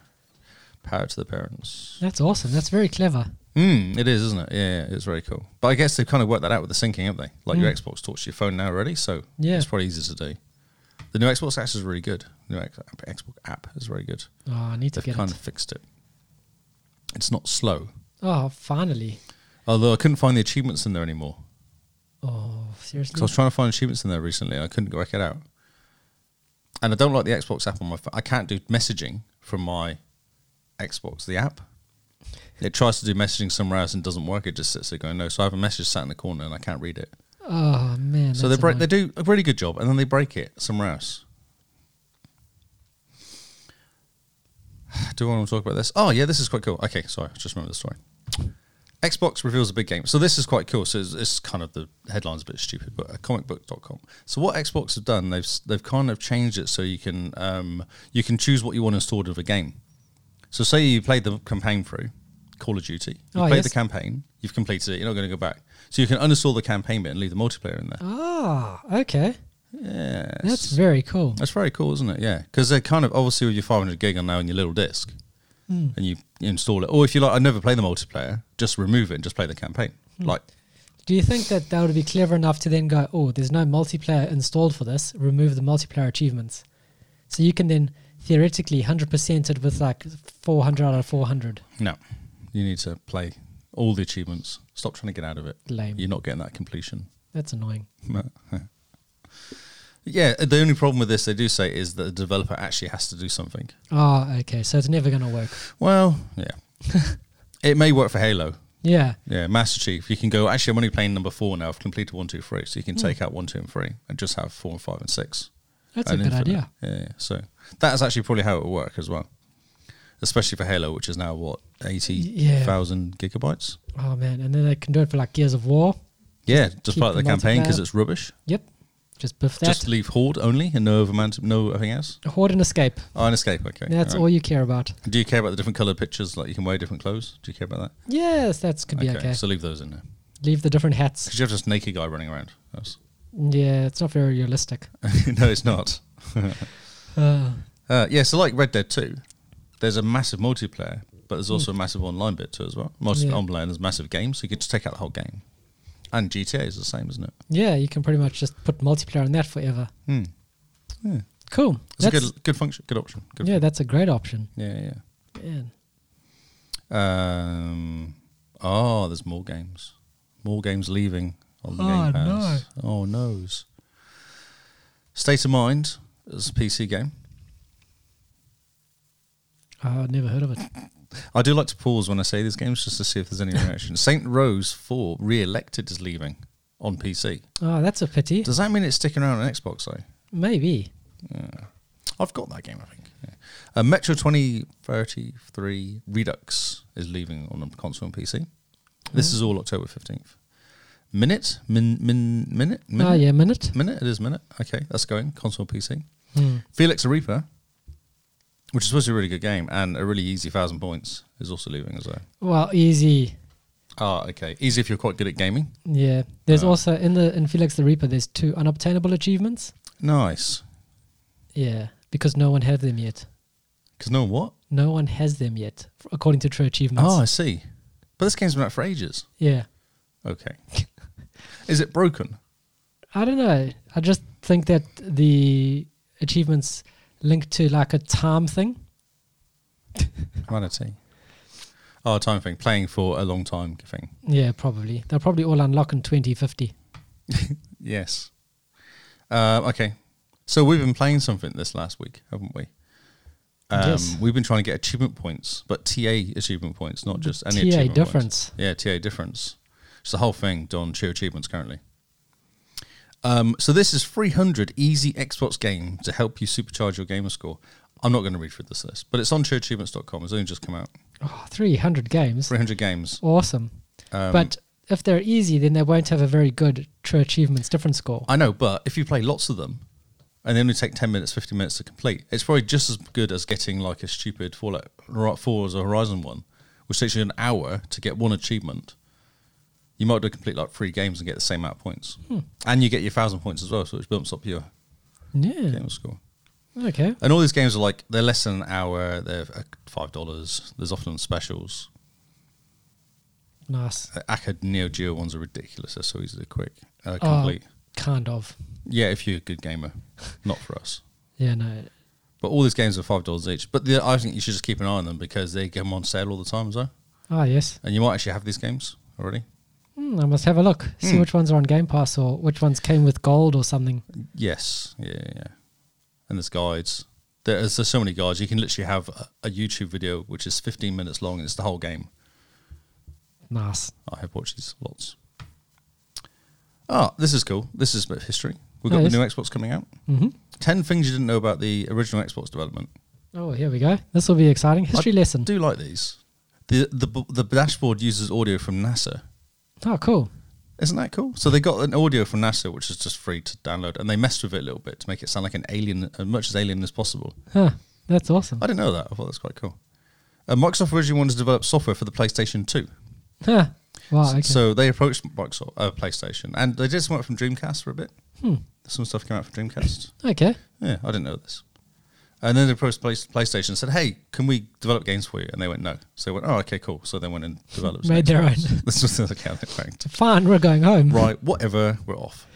B: power to the parents.
A: That's awesome. That's very clever.
B: Mm, it is, isn't it? Yeah, yeah, it's very cool. But I guess they've kind of worked that out with the syncing, haven't they? Like your
A: Mm.
B: Xbox talks to your phone now already, so
A: Yeah.
B: it's probably easier to do. The new Xbox X is really good. The new X- Xbox app is very good.
A: Oh, I need to
B: They've
A: get
B: kind
A: it.
B: of fixed it. It's not slow,
A: Oh, finally.
B: although I couldn't find the achievements in there anymore.
A: Oh,
B: Because
A: seriously?
B: I was trying to find achievements in there recently, and I couldn't work it out. And I don't like the Xbox app on my phone. I can't do messaging from my Xbox, the app. It tries to do messaging somewhere else and doesn't work. It just sits there going no. So I have a message sat in the corner and I can't read it.
A: oh, man.
B: so they
A: that's
B: break, they
A: annoying.
B: do a really good job, and then they break it somewhere else. Do I want to talk about this? Oh yeah, this is quite cool. Okay, sorry, I just remember the story. Xbox reveals a big game. So this is quite cool. So it's, it's kind of the headline's a bit stupid, but uh, comicbook.com. So what Xbox have done, they've s- they've kind of changed it so you can um, you can choose what you want installed of a game. So say you played the campaign through Call of Duty. You
A: Oh,
B: played
A: yes.
B: the campaign, you've completed it, you're not going to go back. So you can uninstall the campaign bit and leave the multiplayer in there.
A: Ah, okay.
B: Yes.
A: That's very cool.
B: That's very cool, isn't it? Yeah, because they're kind of obviously with your 500 gig on now and your little disc, and you install it. Or if you like, I never play the multiplayer. Just remove it and just play the campaign. Like,
A: Do you think that that would be clever enough to then go, oh, there's no multiplayer installed for this, remove the multiplayer achievements? So you can then theoretically 100% it with like 400 out of 400.
B: no, you need to play all the achievements. Stop trying to get out of it.
A: Lame.
B: You're not getting that completion.
A: That's annoying.
B: No. yeah, the only problem with this they do say is that the developer actually has to do something.
A: Ah, okay. So it's never going to work.
B: Well, yeah, it may work for Halo.
A: Yeah.
B: Yeah, Master Chief. You can go. Actually, I'm only playing number four now. I've completed one, two, three. So
A: Hmm.
B: you can take out one, two, and three, and just have four and five and six.
A: That's
B: and
A: a good
B: infinite.
A: idea.
B: Yeah, yeah. So that is actually probably how it will work as well, especially for Halo, which is now what eighty thousand gigabytes.
A: Oh, man. And then they can do it for like Gears of War.
B: Yeah, just
A: keep
B: part of the
A: the
B: campaign because
A: multiplayer.
B: it's rubbish.
A: Yep. Just biff that.
B: Just leave Horde only and no overman, no everything else.
A: Hoard and escape.
B: Oh, and escape. Okay,
A: That's all
B: alright.
A: you care about.
B: Do you care about the different color pictures? Like you can wear different clothes. Do you care about
A: Yes, that's could
B: that?
A: be okay.
B: So leave those in there
A: Leave the different
B: because
A: hats.
B: you have this naked guy running around. That's-
A: Yeah, it's not very realistic.
B: no, it's not.
A: Uh,
B: Uh, yeah, so like Red Dead 2, there's a massive multiplayer, but there's also a massive online bit too as well. Multi-
A: Yeah.
B: Online, there's massive games, so you could just take out the whole game. And GTA is the same, isn't it?
A: yeah, you can pretty much just put multiplayer on that forever.
B: Hmm. Yeah.
A: Cool.
B: It's a
A: That's-
B: good, good function, good option. Good
A: yeah, that's a great option.
B: yeah, yeah.
A: Man.
B: yeah. Um, oh, there's more games. More games leaving on the
A: Oh,
B: Game Pass. Oh, noes. State of Mind as a PC game.
A: Uh, I'd never heard of it.
B: I do like to pause when I say these games just to see if there's any reaction. Saint Rose 4 re-elected as leaving on PC.
A: Oh, that's a pity.
B: Does that mean it's sticking around on Xbox though?
A: Maybe.
B: Yeah. I've got that game, I think. Yeah. Uh, Metro 2033 Redux is leaving on the console and PC. This is all October 15th. Minute? Min, min, minute? minute?
A: Oh, yeah, minute.
B: Minute? It is minute. Okay, that's going. Console PC.
A: Hmm.
B: Felix the Reaper, which is supposed to be a really good game and a really easy thousand points, is also leaving as well.
A: Well, easy.
B: Ah, okay. Easy if you're quite good at gaming.
A: Yeah. There's
B: Oh.
A: also in the in Felix the Reaper. There's two unobtainable achievements.
B: Nice.
A: Yeah, because no one had them yet.
B: Because no one what?
A: No one has them yet, f- according to True Achievements.
B: Oh, I see. But this game's been out for ages.
A: Yeah.
B: Okay. is it broken?
A: I don't know. I just think that the achievements link to like a time thing.
B: Vanity. Oh, time thing. Playing for a long time thing.
A: Yeah, probably. They'll probably all unlock in 2050.
B: Yes. Uh, okay. So we've been playing something this last week, haven't we? Um,
A: Yes.
B: We've been trying to get achievement points, but TA achievement points, not just any
A: TA
B: achievement points.
A: difference.
B: Yeah, TA difference. It's the whole thing done cheer achievements currently. Um, so this is 300 easy Xbox game to help you supercharge your gamer score. I'm not going to read through this list, but it's on cheerachievements.com. It's only just come out.
A: Oh, 300 games.
B: 300 games.
A: Awesome.
B: Um,
A: but if they're easy, then they won't have a very good True Achievements difference score.
B: I know, but if you play lots of them and they only take 10 minutes, 15 minutes to complete, it's probably just as good as getting like a stupid Fallout 4 as a Horizon one, which takes you an hour to get one achievement. You might do complete like three games and get the same amount of points.
A: Hmm.
B: And you get your 1,000 points as well, so which bumps up your
A: yeah.
B: gamer score.
A: Okay.
B: And all these games are like, they're less than an hour, they're uh, $5, there's often specials.
A: Nice.
B: The Acad Neo Geo ones are ridiculous, they're so easy to quick uh,
A: Oh.
B: complete.
A: Kind of.
B: Yeah, if you're a good gamer, not for us.
A: Yeah, no.
B: But all these games are five dollars each. But the, I think you should just keep an eye on them because they come on sale all the time, as well.
A: Ah, yes.
B: And you might actually have these games already.
A: Hmm, I must have a look. See
B: Hmm.
A: which ones are on Game Pass or which ones came with gold or something.
B: Yes, yeah, yeah, yeah. And there's guides. There's, there's so many guides. You can literally have a, a YouTube video which is 15 minutes long and it's the whole game.
A: Nice.
B: I have watched these lots. Ah, this is cool. This is a bit of history. We've got
A: Oh, yes.
B: the new Xbox coming out.
A: Mm-hmm.
B: Ten things you didn't know about the original Xbox development.
A: Oh, here we go. This will be exciting. History lesson.
B: do like these. The, the b- the dashboard uses audio from NASA.
A: Oh, cool.
B: Isn't that cool? So they got an audio from NASA, which is just free to download, and they messed with it a little bit to make it sound like an alien, as much as alien as possible.
A: Huh. That's awesome.
B: I didn't know that. I thought that's quite cool. Uh, Microsoft originally wanted to develop software for the PlayStation 2.
A: Huh. Wow. Oh,
B: S-
A: Okay.
B: So they approached Microsoft, uh, PlayStation, and they did some work from Dreamcast for a bit.
A: Hmm.
B: Some stuff came out from Dreamcast.
A: okay.
B: Yeah, I didn't know this. And then they approached Play- PlayStation and said, hey, can we develop games for you? And they went, no. So they went, oh, okay, cool. So they went and developed.
A: Made their own.
B: This was the account they ranked.
A: Fine. We're going home.
B: right, whatever, we're off.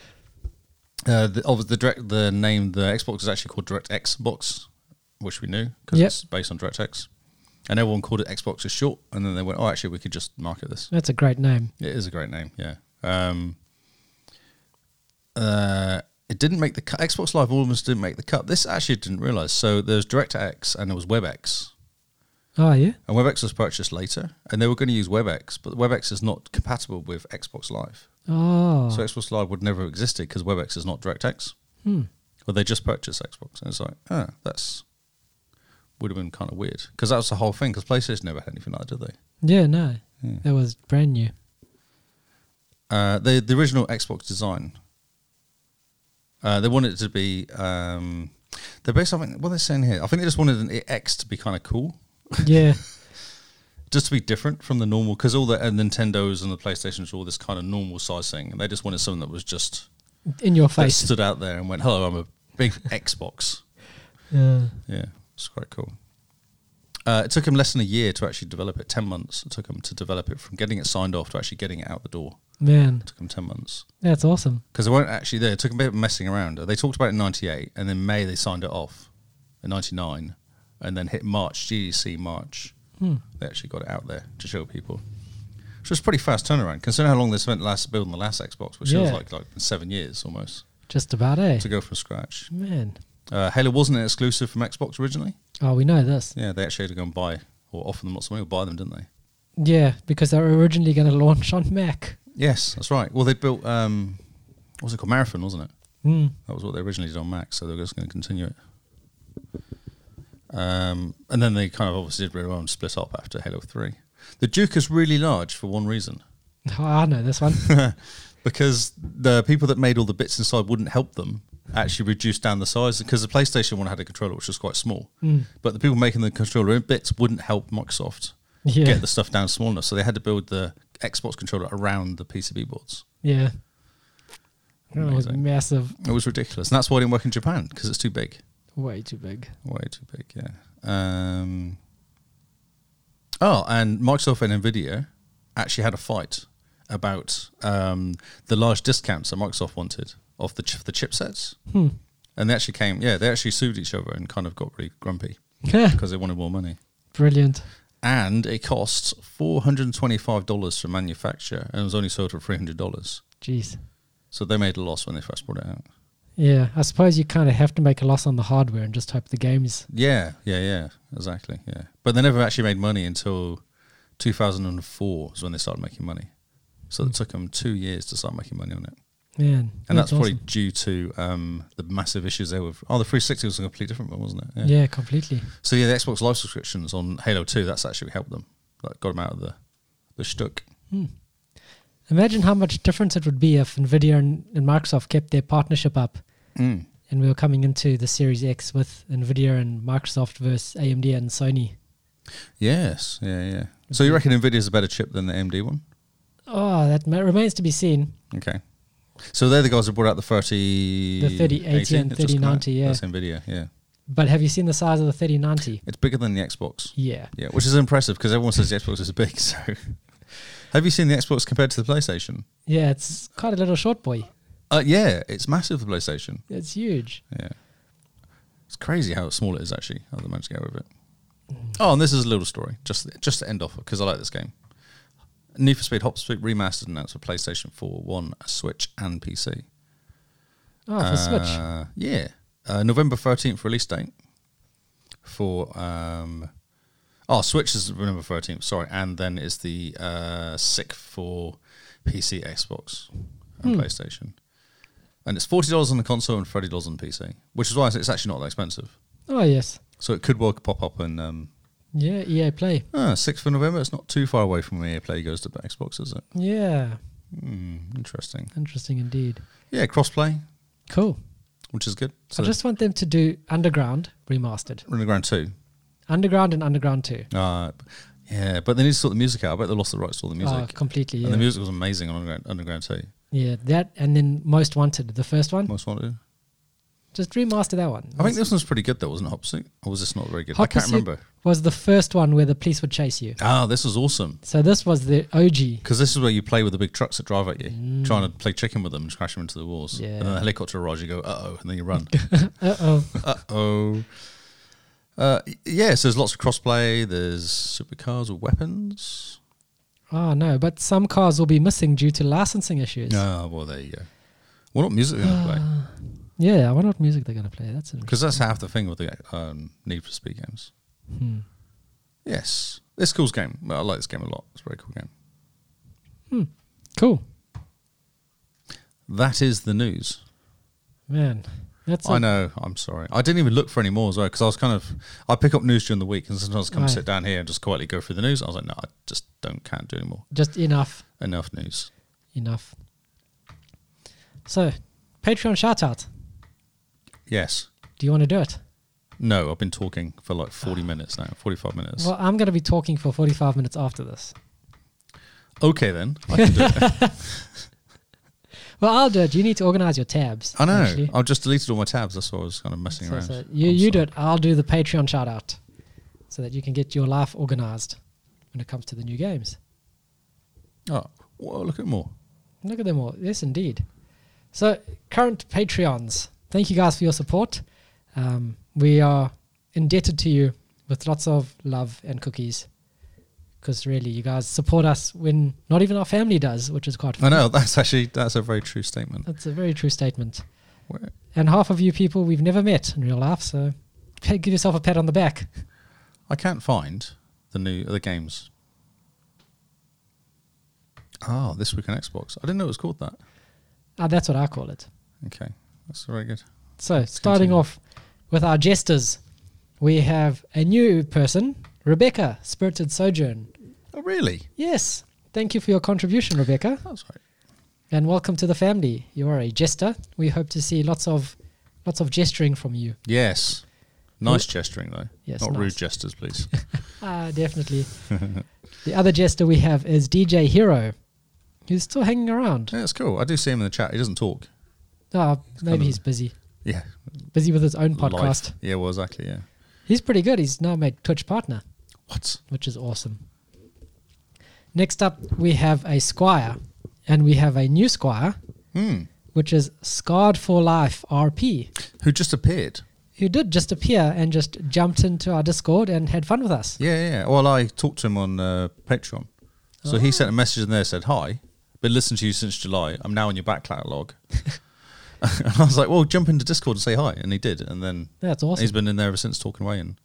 B: Uh, the, obviously, the direct the name the Xbox is actually called Direct Xbox, which we knew because
A: Yep.
B: it's based on DirectX, and everyone called it Xbox as short, and then they went, "Oh, actually, we could just market this."
A: That's a great name.
B: It is a great name, yeah. Um, uh, it didn't make the cut. Xbox Live almost didn't make the cut. This actually didn't realize. So there's DirectX and there was WebEx,
A: Oh yeah.
B: and WebEx was purchased later, and they were going to use WebEx, but WebEx is not compatible with Xbox Live.
A: Oh.
B: So Xbox Live would never have existed because WebEx is not DirectX.
A: hmm.
B: Well, they just purchased Xbox, and it's like, ah, that's would have been kind of weird because that was the whole thing. Because PlayStation never had anything like that, did
A: Yeah. No.
B: they? Yeah.
A: That was brand new.
B: Uh, the the original Xbox design. Uh, they wanted it to be. Um, they're based on what they're saying here. I think they just wanted an X to be kind of cool,
A: Yeah.
B: just to be different from the normal. Because all the and Nintendos and the PlayStations were all this kind of normal size thing, and they just wanted something that was just
A: In your
B: that
A: face.
B: stood out there and went, "Hello, I'm a big Xbox."
A: Yeah.
B: Yeah, it's quite cool. Uh, it took him less than a year to actually develop it. Ten months it took him to develop it from getting it signed off to actually getting it out the door.
A: Man,
B: It took him ten months
A: that's awesome.
B: because they weren't actually there. It took a bit of messing around. They talked about it in '98, and then May they signed it off in '99, and then hit March GDC March.
A: Hmm.
B: They actually got it out there to show people. Which was a pretty fast turnaround considering how long they spent last building the last Xbox, which feels
A: Yeah.
B: like like seven years almost
A: Just about eh.
B: to go from scratch.
A: Man.
B: Uh, Halo wasn't an exclusive from Xbox originally.
A: Oh, we know this.
B: Yeah, they actually had to go and buy or offer them lots of money or buy them, didn't they?
A: Yeah, because they were originally going to launch on Mac.
B: Yes, that's right. Well, they built um, what was it called Marathon, wasn't it?
A: Mm.
B: That was what they originally did on Mac, so they're just going to continue it. Um, and then they kind of obviously did really well and split up after Halo Three. The Duke is really large for one reason.
A: Oh, I know this one.
B: because the people that made all the bits inside wouldn't help them actually reduce down the size because the PlayStation one had a controller which was quite small, but the people making the controller bits wouldn't help Microsoft
A: Yeah.
B: get the stuff down small enough, so they had to build the Xbox controller around the PCB boards.
A: yeah. That was
B: Amazing.
A: massive.
B: It was ridiculous, and that's why it didn't work in Japan because it's too big,
A: Way too big.
B: way too big. Yeah. Um, oh, and Microsoft and Nvidia actually had a fight about um, the large discounts that Microsoft wanted of the ch- the chipsets.
A: Hmm.
B: And they actually came, yeah, they actually sued each other and kind of got really grumpy because they wanted more money.
A: Brilliant.
B: And it costs $425 to manufacture and it was only sold for $300.
A: Jeez.
B: So they made a loss when they first brought it out.
A: Yeah, I suppose you kind of have to make a loss on the hardware and just hope the games.
B: Yeah, yeah, yeah, exactly. Yeah. But they never actually made money until 2004 is when they started making money. So
A: Hmm.
B: it took them two years to start making money on it.
A: Man,
B: And that's, probably
A: awesome.
B: due to um, the massive issues there with. Oh, the 360 was a completely different one, wasn't it?
A: yeah. completely.
B: So yeah, the Xbox Live subscriptions on Halo Two that's actually helped them. That got them out of the the shtuck.
A: Imagine how much difference it would be if Nvidia and, and Microsoft kept their partnership up,
B: Mm.
A: and we were coming into the Series X with Nvidia and Microsoft versus AMD and Sony.
B: Yes, yeah, yeah. So you reckon Nvidia's a better chip than the AMD one?
A: Oh, that ma- remains to be seen.
B: Okay. So they're the guys who brought out the thirty,
A: The 3080 and
B: that's just come out.
A: 3090, yeah.
B: that's Nvidia. Yeah,
A: But have you seen the size of the 3090?
B: it's bigger than the Xbox.
A: Yeah.
B: Yeah, which is impressive because everyone says the Xbox is big. So, have you seen the Xbox compared to the PlayStation?
A: Yeah, it's quite a little short boy.
B: Uh, yeah, it's massive. The PlayStation.
A: It's huge.
B: Yeah. It's crazy how small it is, actually, how they managed to get away with it.
A: Mm.
B: Oh, and this is a little story, just just to end off, because I like this game. Need for Speed Hot Pursuit Remastered announced for PlayStation 4, 1, Switch, and PC.
A: Oh, for Switch.
B: Uh, Yeah. Uh, November 13th release date for. Um, oh, Switch is November 13th, sorry. And then it's the uh, 6th for PC, Xbox, and
A: Hmm.
B: PlayStation. And it's $40 on the console and $30 on PC, which is why I say it's actually not that expensive.
A: Oh, yes.
B: So it could well pop up and. Um,
A: Yeah, EA Play.
B: ah, 6th of November. It's not too far away from when EA Play goes to Xbox, is it?
A: Yeah,
B: Hmm, interesting.
A: interesting indeed.
B: Yeah, crossplay,
A: Cool.
B: which is good.
A: I just want them to do Underground remastered.
B: Underground 2.
A: Underground and Underground 2.
B: Uh, yeah, but they need to sort the music out. I bet they lost the rights to all the music.
A: Oh, completely, yeah.
B: And the music was amazing on Underground, Underground 2.
A: yeah, that and then Most Wanted, the first one.
B: Most wanted.
A: Just remaster that one.
B: I think this one's pretty good though, wasn't it, Hop Suit? Or was this not very good?
A: Hot
B: I can't
A: Pursuit
B: remember.
A: was the first one where the police would chase you.
B: Ah, this was awesome.
A: So this was the OG.
B: Because this is where you play with the big trucks that drive at you, trying to play chicken with them and crash them into the walls.
A: Mm. Yeah.
B: And then the helicopter arrives, you go, uh oh, and then you run.
A: Uh oh.
B: Uh-oh. Uh Yeah, so there's lots of crossplay. There's supercars with weapons.
A: Oh no, but some cars will be missing due to licensing issues.
B: Ah, well, there you go. Well, what music are going to play?
A: Ah. Yeah, I wonder what music they're going to play. That's interesting.
B: Because that's half the thing with the um, Need for Speed games.
A: Hmm.
B: Yes, it's a cool game. Well, I like this game a lot. It's a very cool game.
A: Cool.
B: That is the news.
A: Man, that's
B: I
A: a-
B: know. I'm sorry. I didn't even look for any more as well because I was kind of. I pick up news during the week and sometimes come
A: Right.
B: sit down here and just quietly go through the news. I was like, no, I just don't can't do any more.
A: just enough.
B: Enough news.
A: Enough. So, Patreon shout out.
B: Yes.
A: Do you want to do it?
B: No. I've been talking for like 40 minutes now. 45 minutes.
A: Well, I'm going to be talking for 45 minutes after this.
B: Okay then. I, can do it.
A: Well, I'll do it. You need to organize your tabs.
B: I know.
A: actually.
B: I've just deleted all my tabs. That's why I was kind of messing
A: So,
B: around.
A: so you
B: I'm
A: you do
B: sorry.
A: it. I'll do the Patreon shout out so that you can get your life organized when it comes to the new games.
B: Oh, well, look at more.
A: Look at them all. Yes, indeed. So, current Patreons, thank you guys for your support. Um, we are indebted to you with lots of love and cookies because really, you guys support us when not even our family does, which is quite
B: I know. That's actually that's a very true statement.
A: That's a very true statement.
B: Where-
A: and half of you people we've never met in real life. So pa- give yourself a pat on the back.
B: I can't find the new the games. Oh, this week on Xbox. I didn't know it was called that.
A: Ah, that's what I call it.
B: Okay, that's very good.
A: So starting
B: continue.
A: off with our jesters, we have a new person, Rebecca Spirited Sojourn.
B: Oh, really?
A: Yes, thank you for your contribution, Rebecca.
B: That's right.
A: and welcome to the family. You are a jester. We hope to see lots of lots of gesturing from you.
B: Yes. Nice gesturing though.
A: Yes,
B: Not
A: nice.
B: rude gestures, please.
A: Ah, definitely. the other jester we have is DJ Hero, who's still hanging around.
B: yeah, it's cool. I do see him in the chat. He doesn't talk.
A: Ah,
B: kind
A: maybe
B: of-
A: he's busy,
B: Yeah.
A: busy with his own
B: life.
A: podcast.
B: Yeah, well, exactly. Yeah.
A: He's pretty good. He's now made Twitch partner,
B: What?
A: which is awesome. Next up, we have a squire, and we have a new squire,
B: Hmm.
A: which is Scarred for Life RP,
B: Who just appeared?
A: who did just appear and just jumped into our Discord and had fun with us.
B: Yeah, yeah, yeah. Well, I talked to him on uh, Patreon. So he
A: Ah.
B: sent a message in there, said, Hi, been listening to you since July. I'm now in your back catalog. and I was like, Well, jump into Discord and say hi. And he did. And then
A: That's awesome.
B: he's been in there ever since talking away. And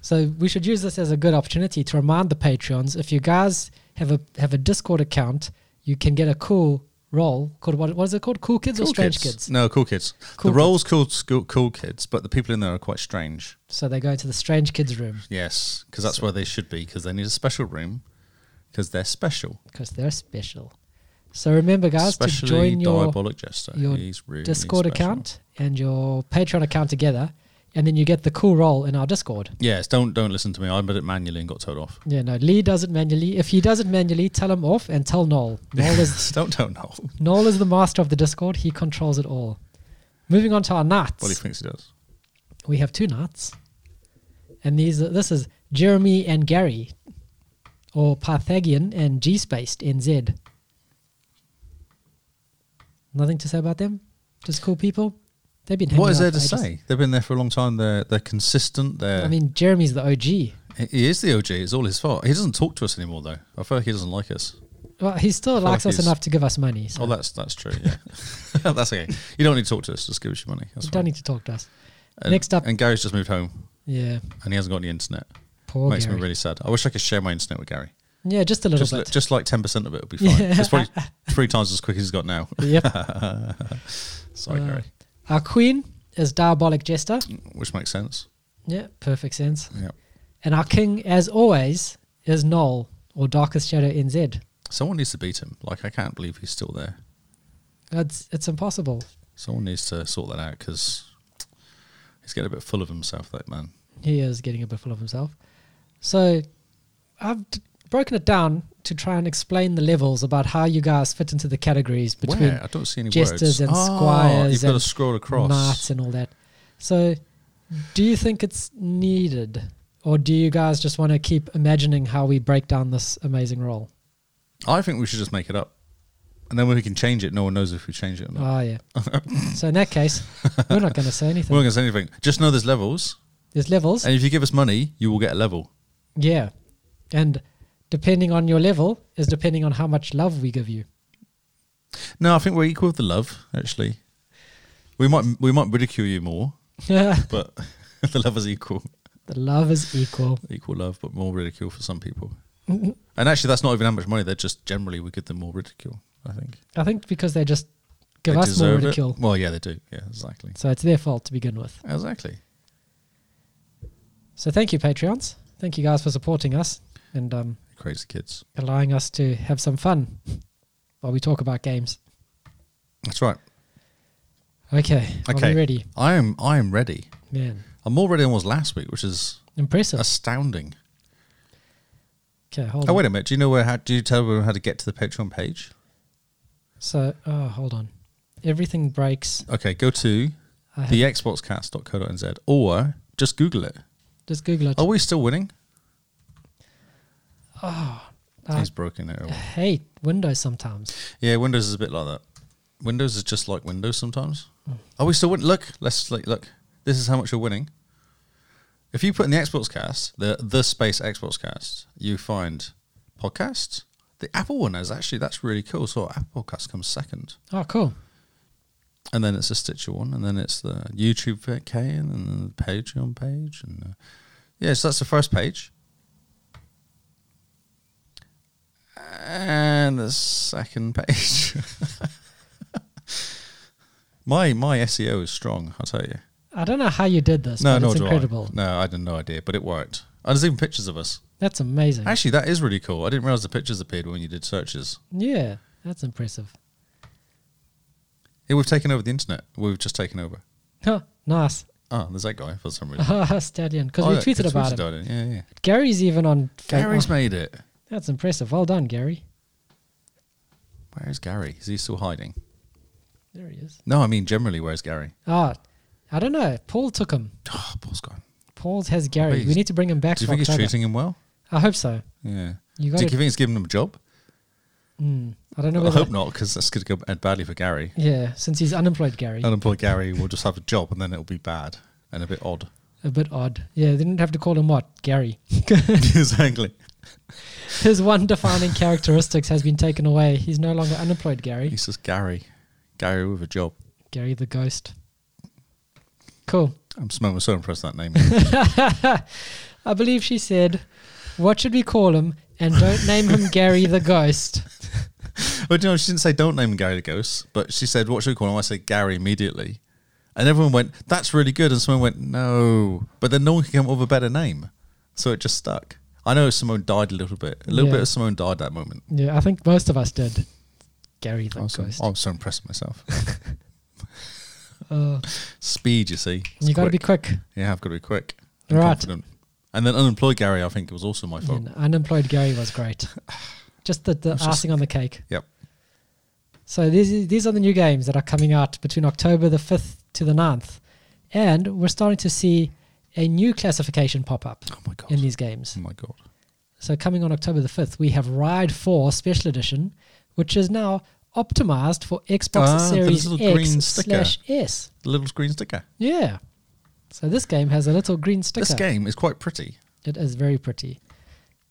A: So we should use this as a good opportunity to remind the patrons if you guys have a have a Discord account, you can get a cool role called what, what is it called? Cool kids or strange kids.
B: No, cool kids.
A: Cool
B: the role's called school, cool kids, but the people in there are quite strange.
A: So they go to the strange kids room
B: Yes, because that's where they should be, because they need a special room, because they're special.
A: because they're special. So remember, guys,
B: Especially
A: to join your
B: Diabolic Jester.
A: your
B: He's really
A: Discord
B: special.
A: account and your Patreon account together, and then you get the cool role in our Discord.
B: Yes, don't don't listen to me. I did it manually and got told off.
A: Yeah, no, Lee does it manually. If he does it manually, tell him off and tell Noel. Noel is
B: don't don't know.
A: Noel is the master of the Discord. He controls it all. Moving on to our knights.
B: Well, he thinks he does.
A: we have two knots, and these are- this is Jeremy and Gary, or Pythagorean and G spaced NZ. Nothing to say about them. Just cool people. They've been. Hanging
B: What is
A: out
B: there
A: for
B: to
A: ages.
B: say? They've been there for a long time. They're they're consistent. They're
A: I mean, Jeremy's the OG.
B: he he is the OG. It's all his fault. He doesn't talk to us anymore though. I feel like he doesn't like us.
A: Well, he still
B: feel
A: likes
B: like
A: us
B: he's-
A: enough to give us money. So
B: Oh, that's that's true. Yeah, that's okay. You don't need to talk to us. Just give us your money. That's
A: you don't
B: fine.
A: need to talk to us.
B: And-
A: Next up-
B: and Gary's just moved home
A: Yeah,
B: and he hasn't got any internet.
A: poor
B: Makes
A: Gary.
B: me really sad. I wish I could share my internet with Gary.
A: yeah, just a little
B: Just, li-
A: bit.
B: just like ten percent of it would be fine.
A: Yeah.
B: It's probably three times as quick as he's got now.
A: yep.
B: Sorry,
A: Uh,
B: Gary.
A: Our queen is Diabolic Jester.
B: Which makes sense.
A: Yeah, perfect sense.
B: Yeah.
A: And our king, as always, is Noel or Darkest Shadow NZ.
B: Someone needs to beat him. Like I can't believe he's still there.
A: It's it's impossible.
B: Someone needs to sort that out because he's getting a bit full of himself, that man.
A: He is getting a bit full of himself. So I've d- broken it down to try and explain the levels about how you guys fit into the categories between
B: Where? I don't see any
A: jesters
B: words.
A: and
B: Ah,
A: squires
B: You've got to
A: and
B: scroll
A: knights
B: across.
A: and all that. So do you think it's needed? Or do you guys just want to keep imagining how we break down this amazing role?
B: I think we should just make it up, and then when we can change it, no one knows if we change it or not.
A: Oh, yeah. so, in that case, we're not going to say anything.
B: We're not going to say anything. Just know there's levels,
A: There's levels.
B: and if you give us money, you will get a level.
A: Yeah. And depending on your level is depending on how much love we give you.
B: No, I think we're equal with the love. Actually, we might we might ridicule you more,
A: the
B: but the love is equal.
A: love is equal.
B: Equal love, but more ridicule for some people.
A: Mm-hmm.
B: And actually, that's not even how much money. They're just generally we give them more ridicule. I think.
A: I think because they just give
B: They
A: us more
B: deserve it.
A: ridicule.
B: Well, yeah, they do. Yeah, exactly.
A: So it's their fault to begin with.
B: Exactly.
A: So thank you, Patreons. Thank you guys for supporting us and um,
B: Crazy kids.
A: allowing us to have some fun while we talk about games.
B: That's right.
A: Okay. Are
B: Okay.
A: we ready?
B: I am. I am ready.
A: Man,
B: I'm more ready than I was last week, which is
A: impressive.
B: astounding.
A: Okay, hold
B: Oh
A: on.
B: wait a minute. Do you know where? How, do you tell everyone how to get to the Patreon page?
A: So, oh, hold on. Everything breaks.
B: Okay, go to
A: I have,
B: thexboxcast.co.nz or just Google it.
A: just Google it.
B: Are we still winning?
A: Uh,
B: He's broken it.
A: I hate Windows sometimes.
B: Yeah, Windows is a bit like that. Windows is just like Windows sometimes. Are we still winning? Look, let's like look. This is how much you're winning. If you put in the Xbox Cast, the the space Xbox Cast, you find podcasts. The Apple one is actually that's really cool. So Apple Cast comes second.
A: Oh, cool.
B: and then it's the Stitcher one, and then it's the YouTube K, and then the Patreon page, and uh, yeah, so that's the first page. And the second page. my my SEO is strong, I'll tell you.
A: I don't know how you did this.
B: No,
A: but
B: no,
A: it's incredible.
B: I. No, I had no idea, but it worked. And there's even pictures of us.
A: That's amazing.
B: Actually, that is really cool. I didn't realize the pictures appeared when you did searches.
A: yeah, that's impressive.
B: Yeah, we've taken over the internet. We've just taken over.
A: Huh, nice.
B: Ah, there's that guy for some reason.
A: Stallion, because
B: Oh,
A: we
B: yeah,
A: tweeted about
B: 'cause
A: him.
B: tweeted it. Yeah, yeah.
A: Gary's even on. fa-
B: Gary's
A: oh,
B: made it.
A: that's impressive. Well done, Gary.
B: Where is Gary? Is he still hiding?
A: There he is.
B: No, I mean generally, where's Gary?
A: Ah, I don't know. Paul took him.
B: Oh, Paul's gone.
A: Paul has
B: bet
A: Gary. We
B: he's-
A: need to bring him back.
B: Do you
A: for
B: think he's
A: October.
B: treating him well?
A: I hope so.
B: Yeah.
A: You
B: Do
A: got
B: you
A: it.
B: think he's giving him a job?
A: Mm, I don't know.
B: I
A: Whether
B: hope not, because that's going to go end badly for Gary.
A: Yeah, since he's unemployed, Gary.
B: Unemployed Gary will just have a job, and then it'll be bad and a bit odd.
A: A bit odd. Yeah, they didn't have to call him what? Gary.
B: exactly.
A: His one defining characteristics has been taken away. He's no longer unemployed, Gary.
B: He's just Gary. Gary with a job.
A: Gary the ghost. Cool.
B: I'm so, I'm so impressed with that name.
A: I believe she said, What should we call him? And don't name him Gary the ghost.
B: but you know, she didn't say don't name him Gary the Ghost, but she said, what should we call him? I said Gary immediately. And everyone went, that's really good. And someone went, no. But then no one could come up with a better name. So it just stuck. I know Simone died a little bit. A little
A: Yeah.
B: bit of Simone died that moment.
A: Yeah, I think most of us did. Gary the
B: I was, so,
A: ghost.
B: I was so impressed with myself.
A: Uh,
B: Speed, you see. It's
A: you got to be
B: quick.
A: quick.
B: Yeah, I've got to be quick.
A: Right.
B: confident. And then unemployed Gary, I think it was also my fault.
A: And unemployed Gary was great. Just the, the
B: It's just-
A: icing on the cake.
B: Yep.
A: So these these are the new games that are coming out between October the 5th to the 9th. And we're starting to see a new classification pop up
B: Oh my god.
A: in these games.
B: Oh my god.
A: So coming on October the 5th, we have Ride 4 Special Edition, which is now optimized for Xbox
B: Ah, the
A: Series
B: little green
A: X
B: sticker.
A: slash S.
B: The little green sticker.
A: Yeah. So this game has a little green sticker.
B: This game is quite pretty.
A: It is very pretty.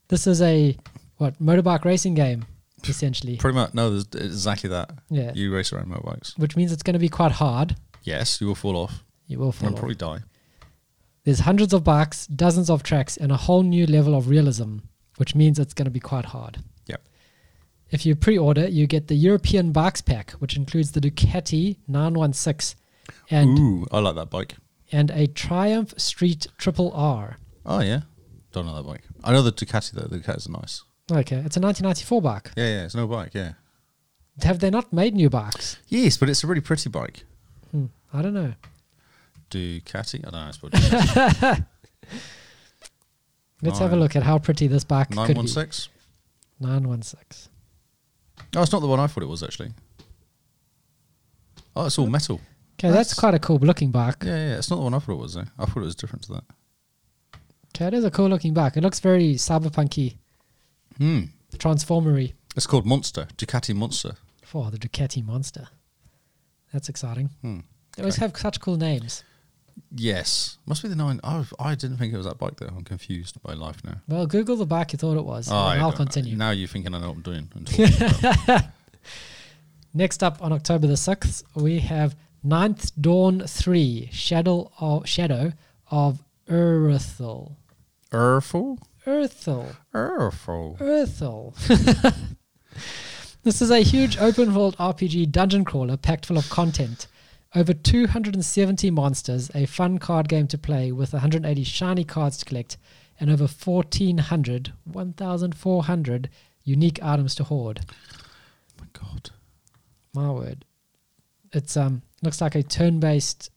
A: This is a what motorbike racing game essentially.
B: Pretty much. No, there's it's exactly that.
A: Yeah.
B: You race around motorbikes.
A: Which means it's going to be quite hard.
B: Yes, you will fall off.
A: You will
B: and
A: fall. off.
B: probably die.
A: There's hundreds of bikes, dozens of tracks, and a whole new level of realism, which means it's going to be quite hard.
B: Yep.
A: If you pre-order, you get the European Bikes Pack, which includes the Ducati 916 and
B: Ooh, I like that bike.
A: and a Triumph Street Triple R.
B: Oh yeah, don't know that bike. I know the Ducati though. The Ducatis are nice.
A: Okay, it's a 1994 bike.
B: Yeah, yeah, it's no bike. Yeah.
A: Have they not made new bikes?
B: Yes, but it's a really pretty bike.
A: Hmm, I don't know.
B: Ducati. I don't know. I suppose
A: Let's have a
B: Nine-
A: look at how pretty this bike
B: nine
A: could
B: one
A: be.
B: six.
A: 916.
B: Oh, it's not the one I thought it was actually. Oh, it's all metal.
A: Okay, that's,
B: That's-
A: quite a cool looking bike.
B: Yeah, yeah, it's not the one I thought it was. Though. I thought it was different to that.
A: Okay, it is a cool looking bike. It looks very cyberpunky,
B: Hmm.
A: transformery
B: It's called Monster Ducati Monster.
A: for the Ducati Monster. That's exciting.
B: Hmm.
A: They always have such cool names.
B: Yes, must be the nine. I, I didn't think it was that bike though. I'm confused by life now.
A: Well, Google the bike you thought it was.
B: Oh, I
A: and I'll
B: don't know.
A: continue.
B: Now you're thinking I know what I'm doing. and talking about.
A: Next up on October the 6th, we have Ninth Dawn 3 Shadow of, Shadow of Earthil.
B: Erful?
A: Earthil.
B: Erful.
A: Earthil. this is a huge open world RPG dungeon crawler packed full of content. Over 270 monsters, a fun card game to play with 180 shiny cards to collect, and over 1,400, 1,400 unique items to hoard.
B: my god.
A: My word. It's um looks like a turn based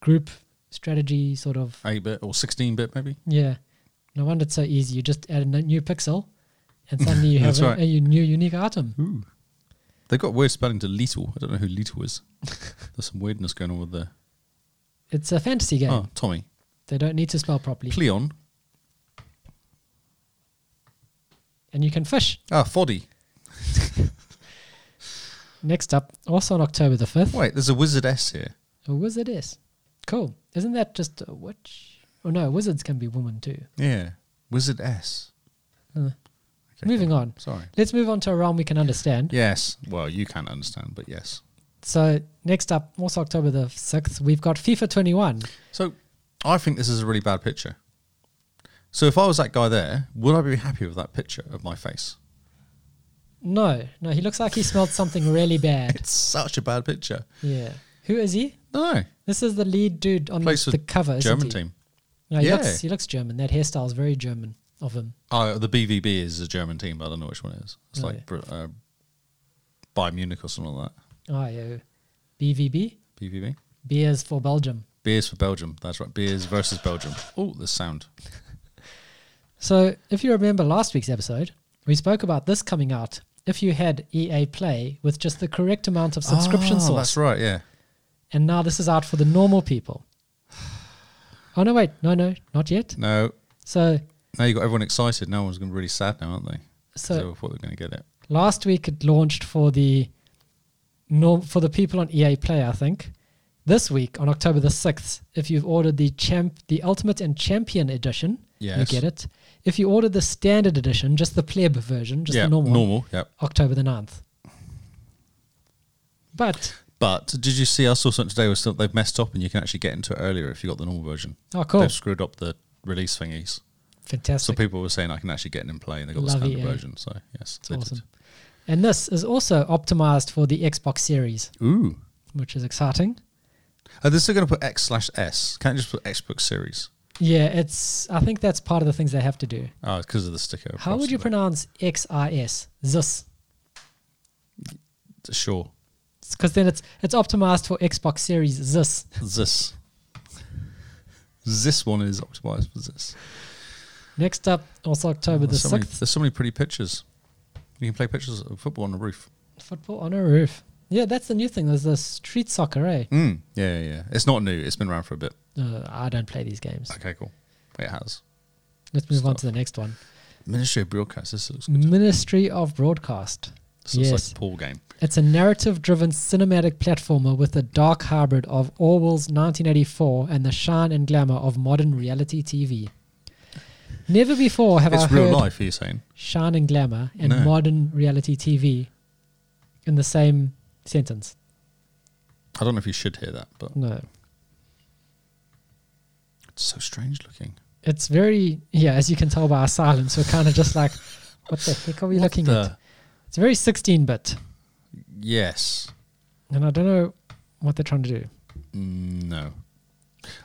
A: group strategy sort of
B: 8 bit or 16 bit maybe?
A: yeah. No wonder it's so easy. You just add a n- new pixel and suddenly you have
B: That's
A: a,
B: right.
A: a u- new unique item.
B: Ooh. They've got weird spelling to Lethal. I don't know who Lethal is. There's some weirdness going on with the.
A: It's a fantasy game.
B: Oh, Tommy.
A: They don't need to spell properly.
B: Pleon.
A: And you can fish.
B: Ah, Foddy.
A: Next up, also on October the 5th,
B: Wait, there's a Wizard S here.
A: a wizard is. Cool. Isn't that just a witch? Oh no, wizards can be women too.
B: Yeah. Wizard S.
A: Uh,
B: Okay,
A: Moving on.
B: Sorry.
A: Let's move on to a realm we can understand.
B: Yes. Well, you can't understand, but yes.
A: So next up, also October the sixth, we've got FIFA 21.
B: So I think this is a really bad picture. So if I was that guy there, would I be happy with that picture of my face?
A: No, no, he looks like he smelled something really bad.
B: It's such a bad picture.
A: Yeah. Who is he?
B: No,
A: This is the lead dude on
B: Plays for
A: the cover. Oh, isn't
B: German
A: he?
B: team.
A: No, he,
B: Yeah.
A: looks, he looks German. That hairstyle is very German of him.
B: Oh, the BVB is a German team, but I don't know which one it is. It's
A: Oh,
B: like Br- uh, Bayern Munich or something like
A: Oh, yeah. BVB?
B: that. BVB.
A: B is for Belgium.
B: Beers for Belgium. That's right. Beers versus Belgium. Oh, the sound.
A: So, if you remember last week's episode, we spoke about this coming out if you had EA Play with just the correct amount of subscription
B: oh,
A: source.
B: That's right. Yeah.
A: And now this is out for the normal people. Oh, no, wait. No, no, not yet.
B: No.
A: So,
B: Now you got everyone excited. No one's going to be really sad now, aren't they?
A: so
B: So, I thought they were going to get it.
A: last week it launched for the norm, for the people on EA Play, I think. This week on October the sixth, if you've ordered the champ, the Ultimate and Champion edition, you
B: Yes.
A: get it. If you ordered the Standard edition, just the pleb version, just
B: yeah.
A: the normal, one,
B: Normal. Yep.
A: October the 9th. But
B: But did you see? I saw something today. Was that they've messed up, and you can actually get into it earlier if you got the normal version.
A: oh, cool,
B: They've screwed up the release thingies. So
A: fantastic,
B: people were saying I can actually get in and play, and they got
A: Love
B: the standard
A: EA.
B: version. So yes,
A: it's
B: they did.
A: awesome. And this is also optimized for the Xbox Series,
B: Ooh.
A: which is exciting.
B: Oh, they're still going to put X slash S. Can't you just put Xbox Series.
A: Yeah, it's. I think that's part of the things they have to do.
B: Oh, because of the sticker.
A: How would you
B: possibly.
A: pronounce XIS? ZIS.
B: Sure.
A: Because then it's it's optimized for Xbox Series ZIS.
B: This. This one is optimized for this.
A: Next up, also October Oh, the
B: There's so, many,
A: 6th,
B: there's so many pretty pictures. You can play pictures of football on the roof.
A: football on a roof. Yeah, that's the new thing. There's the street soccer, eh?
B: Mm. Yeah, yeah, yeah. It's not new. It's been around for a bit.
A: Uh, I don't play these games.
B: Okay, cool. It has.
A: Let's move on to the next one.
B: Ministry of Broadcast. This looks good.
A: Ministry of Broadcast.
B: This looks
A: yes.
B: like a pool game.
A: It's a narrative driven cinematic platformer with a dark hybrid of Orwell's 1984 and the shine and glamour of modern reality TV. Never before have I
B: it's
A: heard
B: real life, are you saying?
A: shine and glamour and
B: No.
A: modern reality TV in the same sentence.
B: I don't know if you should hear that, but
A: No.
B: it's so strange looking.
A: It's very, yeah, as you can tell by our silence, we're kind of just like, what the heck are we
B: What
A: looking
B: the-
A: at? It's very 16 bit.
B: Yes.
A: And I don't know what they're trying to do.
B: Mm, No.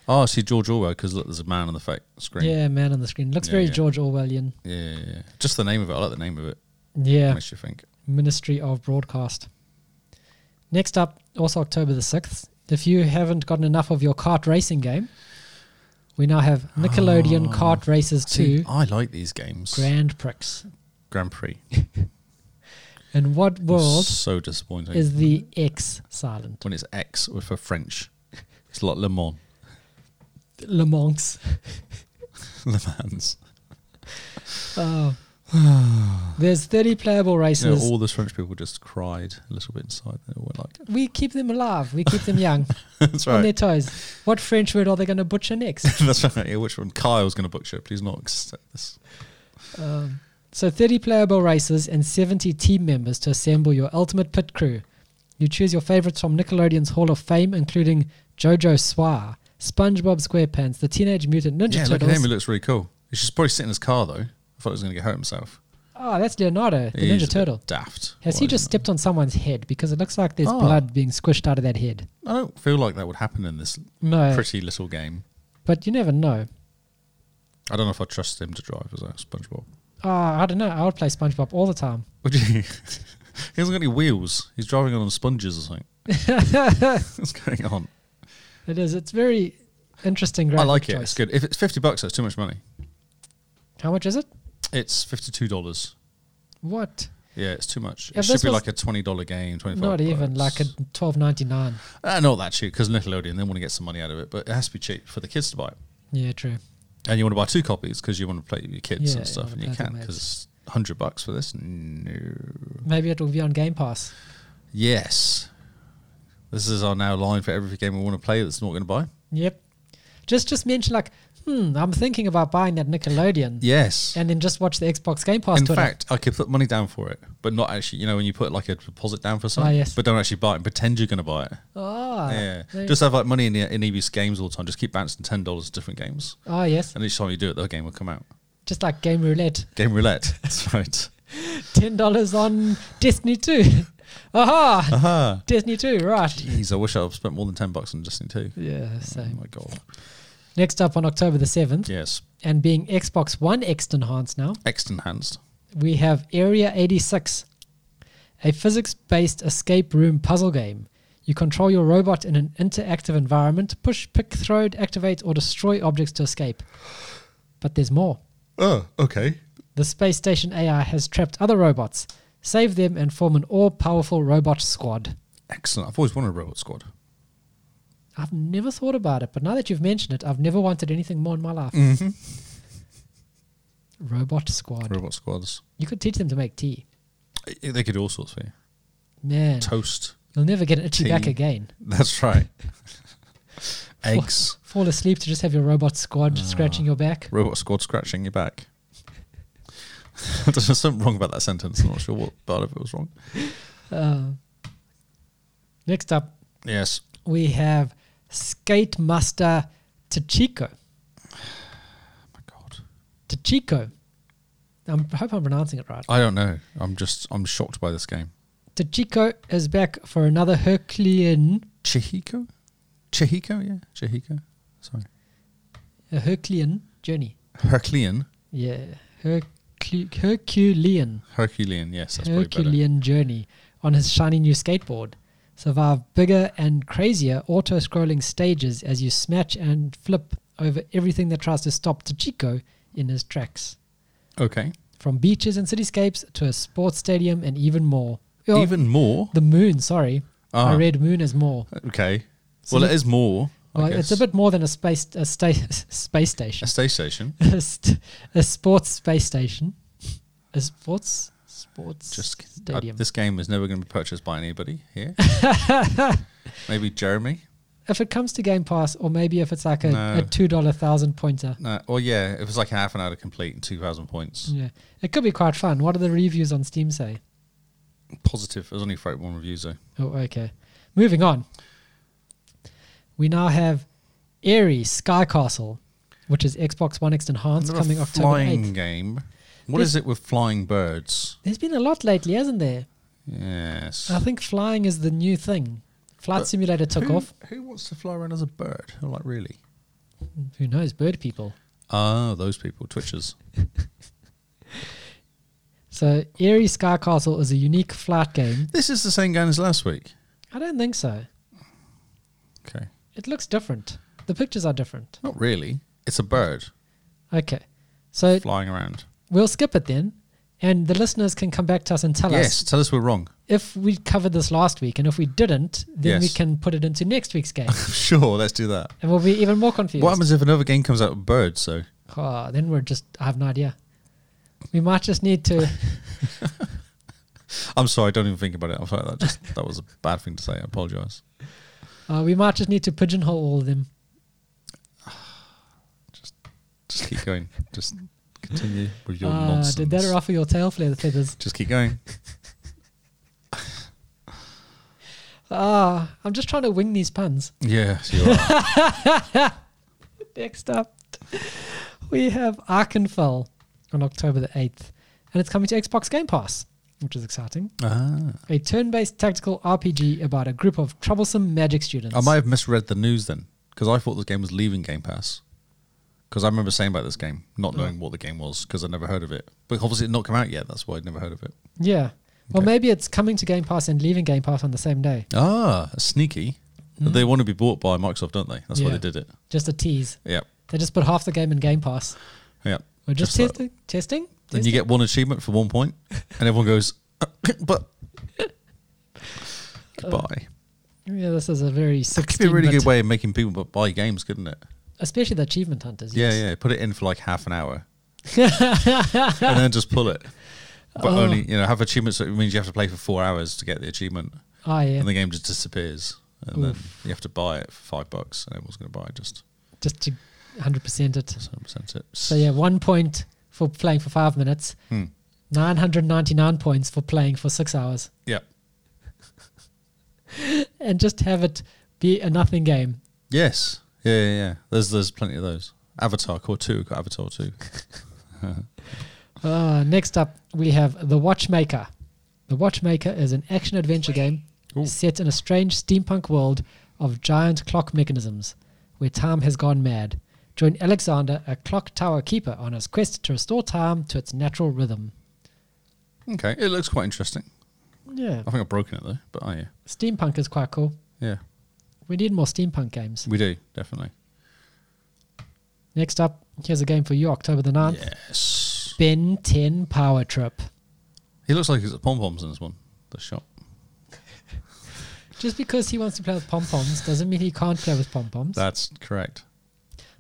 B: Oh, I see George Orwell because look, there's a man on the fake screen.
A: Yeah, man on the screen. Looks
B: Yeah,
A: very
B: yeah.
A: George Orwellian.
B: Yeah, yeah, yeah. Just the name of it. I like the name of it.
A: Yeah.
B: Makes you think.
A: Ministry of Broadcast. Next up, also October the 6th. If you haven't gotten enough of your kart racing game, we now have Nickelodeon
B: Oh.
A: Kart Races 2
B: See, I like these games.
A: Grand Prix.
B: Grand Prix.
A: In what world
B: So disappointing.
A: is the X silent?
B: when it's X with for French. It's like Le Mans.
A: Le Mans.
B: Le Mans.
A: Oh. There's 30 playable
B: You know,
A: races.
B: all those French people just cried a little bit inside. They were like,
A: we keep them alive. We keep them young
B: that's
A: on their
B: right.
A: toes. What French word are they going to butcher next?
B: that's right. Yeah, which one? Kyle's going to butcher. Please not accept this.
A: Um, so 30 playable races and 70 team members to assemble your ultimate pit crew. You choose your favorites from Nickelodeon's Hall of Fame, including JoJo Swire, SpongeBob SquarePants, the Teenage Mutant Ninja
B: yeah, look at
A: Turtles.
B: him. He looks really cool. He's just probably sitting in his car, though. I thought he was going to get hurt himself.
A: oh, that's Leonardo, the
B: He's a
A: Ninja
B: bit
A: Turtle.
B: Daft.
A: Has
B: Why
A: he just
B: is that?
A: stepped on someone's head? Because it looks like there's
B: Oh.
A: blood being squished out of that head.
B: I don't feel like that would happen in this
A: No,
B: pretty little game.
A: but you never know.
B: I don't know if I trust him to drive as a SpongeBob.
A: Uh, I don't know. I would play SpongeBob all the time.
B: Would you? he hasn't got any wheels. He's driving on sponges or something. What's going on?
A: It is. It's very interesting.
B: I
A: graphic
B: like it.
A: choice.
B: It's good. If it's fifty bucks, that's too much money.
A: How much is it?
B: It's fifty-two dollars.
A: What?
B: Yeah, it's too much.
A: If
B: it should
A: this
B: be
A: was-
B: like a twenty-dollar game. Twenty-five.
A: Not even like a
B: bucks.
A: twelve ninety nine.
B: Uh, not that cheap because Nickelodeon. They want to get some money out of it, but it has to be cheap for the kids to buy. it.
A: Yeah, true.
B: And you want to buy two copies because you want to play with your kids
A: Yeah, you
B: and stuff,
A: wanna
B: and you
A: play with
B: can't
A: mates.
B: because hundred bucks for this. No.
A: Maybe it will be on Game Pass.
B: Yes. This is our now line for every game we want to play that's not going to buy.
A: Yep. Just just mention like, hmm, I'm thinking about buying that Nickelodeon
B: Yes.
A: and then just watch the Xbox Game Pass
B: In
A: tournament.
B: fact, I could put money down for it, but not actually. You know, when you put like a deposit down for something,
A: Ah, yes.
B: but don't actually buy it. and Pretend you're going to buy it.
A: Ah,
B: yeah,
A: there-
B: just have like money in the, in EBS games all the time. Just keep bouncing ten dollars to different games,
A: ah, yes.
B: and each time you do it, the other game will come out.
A: Just like game roulette.
B: Game roulette. That's right.
A: $10 on Destiny 2. Aha!
B: Aha.
A: Destiny 2, right.
B: Jeez, I wish I'd have spent more than ten bucks on Destiny Two.
A: Yeah, same.
B: Oh my god.
A: Next up on October the 7th,
B: Yes,
A: and being Xbox One X enhanced now,
B: X enhanced.
A: we have Area 86, a physics based escape room puzzle game. You control your robot in an interactive environment, push, pick, throw, activate, or destroy objects to escape. But there's more.
B: Oh, okay.
A: The space station AI has trapped other robots. Save them and form an all powerful robot squad.
B: Excellent. I've always wanted a robot squad.
A: I've never thought about it, but now that you've mentioned it, I've never wanted anything more in my life.
B: Mm-hmm.
A: Robot squad.
B: Robot squads.
A: You could teach them to make tea.
B: I- They could do all sorts of you.
A: Man,
B: Toast.
A: you'll never get an itchy
B: Tea.
A: back again.
B: That's right. Eggs.
A: Fall asleep to just have your robot squad scratching your back.
B: Robot squad scratching your back. There's something wrong about that sentence. I'm not sure what part of it was wrong.
A: Uh, next up,
B: Yes.
A: we have Skate Master Tachiko.
B: Oh my god.
A: Tachiko. I'm, I hope I'm pronouncing it right.
B: I don't know. I'm just. I'm shocked by this game.
A: Tachiko is back for another Herculean,
B: Chihiko. Chihiko. Yeah. Chihiko. Sorry.
A: a Herculean journey.
B: Herculean.
A: Yeah, Hercu- Herculean,
B: Herculean. Yes, that's probably
A: Herculean journey on his shiny new skateboard. Survive bigger and crazier auto-scrolling stages as you smash and flip over everything that tries to stop Tachiko in his tracks.
B: better. Okay.
A: From beaches and cityscapes to a sports stadium and even more. Oh,
B: Even more.
A: the moon, sorry.
B: Ah.
A: I read moon as more.
B: Okay.
A: So
B: well,
A: you-
B: it is more. I
A: Well, it's a
B: guess.
A: bit more than a space a sta- space station.
B: a space station.
A: a, st- a sports space station. A sports sports
B: Just uh,
A: stadium.
B: this game is never going to be purchased by anybody here. Maybe Jeremy.
A: if it comes to Game Pass, or maybe if it's like a,
B: No.
A: a two dollar thousand pointer,
B: No. Or yeah, it was like half an hour to complete and two thousand points.
A: yeah, it could be quite fun. What do the reviews on Steam say? Mm.
B: Positive. There's only freight one reviews though.
A: Oh, okay. Moving on. We now have Airy Sky Castle, which is Xbox One X enhanced,
B: Another
A: coming October
B: flying
A: eighth.
B: game. What
A: This-
B: is it with flying birds?
A: There's been a lot lately, hasn't there?
B: Yes.
A: I think flying is the new thing. Flight
B: But
A: Simulator took
B: who,
A: off.
B: Who wants to fly around as a bird? I'm like really?
A: Who knows? Bird people.
B: Oh, those people, twitchers.
A: So Eerie Sky Castle is a unique flight game.
B: This is the same game as last week.
A: I don't think so.
B: Okay.
A: It looks different. The pictures are different.
B: Not really. It's a bird
A: Okay. So
B: flying around.
A: we'll skip it then. And the listeners can come back to us and tell
B: yes.
A: us
B: Tell us we're wrong.
A: if we covered this last week. And if we didn't, then we
B: Yes.
A: can put it into next week's game.
B: sure. Let's do that.
A: and we'll be even more confused.
B: What happens if another game comes out with birds? So
A: Oh, then we're just, I have no idea. We might just need to.
B: I'm sorry, don't even think about it. I'm sorry, that just that was a bad thing to say. I apologise.
A: Uh, we might just need to pigeonhole all of them.
B: Just keep going. Just continue with your
A: Uh,
B: nonsense.
A: did that ruffle your tail feather feathers?
B: just keep going.
A: Ah, I'm just trying to wing these puns.
B: Yeah, you are.
A: Next up, we have Arkenfell on October the 8th, and it's coming to Xbox Game Pass, which is exciting.
B: ah.
A: A turn based tactical RPG about a group of troublesome magic students.
B: I might have misread the news then, because I thought this game was leaving Game Pass. Because I remember saying about this game,
A: Oh.
B: not knowing what the game was, because I'd never heard of it. But obviously, it not come out yet. That's why I'd never heard of it.
A: Yeah. Well,
B: Okay.
A: maybe it's coming to Game Pass and leaving Game Pass on the same day.
B: Ah, sneaky. They want to be bought by Microsoft, don't they? That's why
A: Hmm. Yeah.
B: they did it.
A: Just a tease.
B: Yep.
A: They just put half the game in Game Pass.
B: Yep.
A: We're just,
B: Just
A: testing, testing.
B: Then
A: testing.
B: you get one achievement for one point, and everyone goes, uh, but
A: Oh.
B: goodbye.
A: yeah, this is a very
B: That could be a
A: 16
B: really good
A: bit-
B: way of making people bu- buy games, couldn't it?
A: Especially the achievement hunters.
B: Yeah,
A: Yes.
B: yeah. Put it in for like half an hour, and then just pull it. But
A: Oh.
B: only you know have achievements. So it means you have to play for four hours to get the achievement,
A: Ah, yeah.
B: and the game just disappears. And then you have to buy it for five bucks, and everyone's going to buy it just
A: Just to hundred percent it.
B: That's 100% it.
A: So yeah, one point for playing for five minutes,
B: Hmm.
A: nine hundred ninety nine points for playing for six hours.
B: Yeah.
A: and just have it be a nothing game.
B: Yes. Yeah, yeah, yeah. There's there's plenty of those. Avatar Core 2, got Avatar 2.
A: Uh, next up, we have The Watchmaker. The Watchmaker is an action adventure game
B: Ooh.
A: set in a strange steampunk world of giant clock mechanisms where time has gone mad. Join Alexander, a clock tower keeper, on his quest to restore time to its natural rhythm.
B: Okay, it looks quite interesting.
A: Yeah.
B: I think I've broken it though, but oh yeah.
A: Steampunk is quite cool.
B: Yeah,
A: We need more steampunk games.
B: we do, definitely.
A: Next up, here's a game for you, October the 9th
B: Yes.
A: Ben 10 Power Trip.
B: He looks like he's at pom poms in this one, the shop.
A: Just because he wants to play with pom poms doesn't mean he can't play with pom poms.
B: That's correct.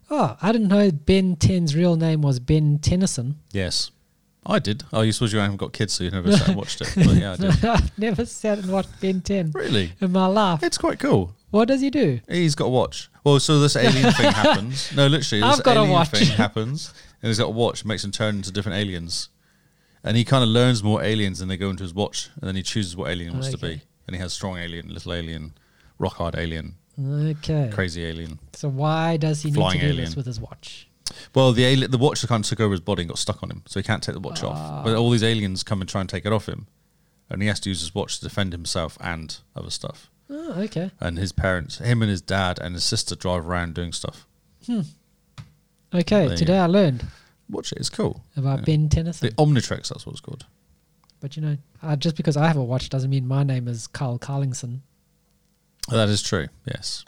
A: Oh, I didn't know Ben 10's real name was Ben Tennyson.
B: Yes. I did. Oh, you suppose you haven't got kids, so you never sat and watched it. But yeah, I did.
A: I've never sat and watched Ben 10
B: Really?
A: in my life.
B: It's quite cool.
A: What does he do?
B: He's got a watch. Well, so this alien thing happens. No, literally, this
A: I've got a
B: alien
A: watch.
B: thing happens, and he's got a watch, makes him turn into different aliens, and he kind of learns more aliens, and they go into his watch, and then he chooses what alien he wants to
A: Okay.
B: be, and he has strong alien, little alien, rock hard alien,
A: Okay.
B: crazy alien.
A: So why does he need
B: Flying
A: to do
B: alien.
A: this with his watch?
B: Well, the ali the watch kind of took over his body and got stuck on him, so he can't take the watch
A: Ah.
B: off. But all these aliens come and try and take it off him, and he has to use his watch to defend himself and other stuff.
A: Oh, okay.
B: And his parents, him and his dad and his sister, drive around doing stuff.
A: Okay,
B: There you
A: today I learned
B: Watch it; it's cool.
A: about
B: Yeah.
A: Ben
B: The
A: Tennyson.
B: Omnitrix, that's what it's called.
A: but you know, uh, just because I have a watch doesn't mean my name is Carl Carlingson.
B: That is true. Yes,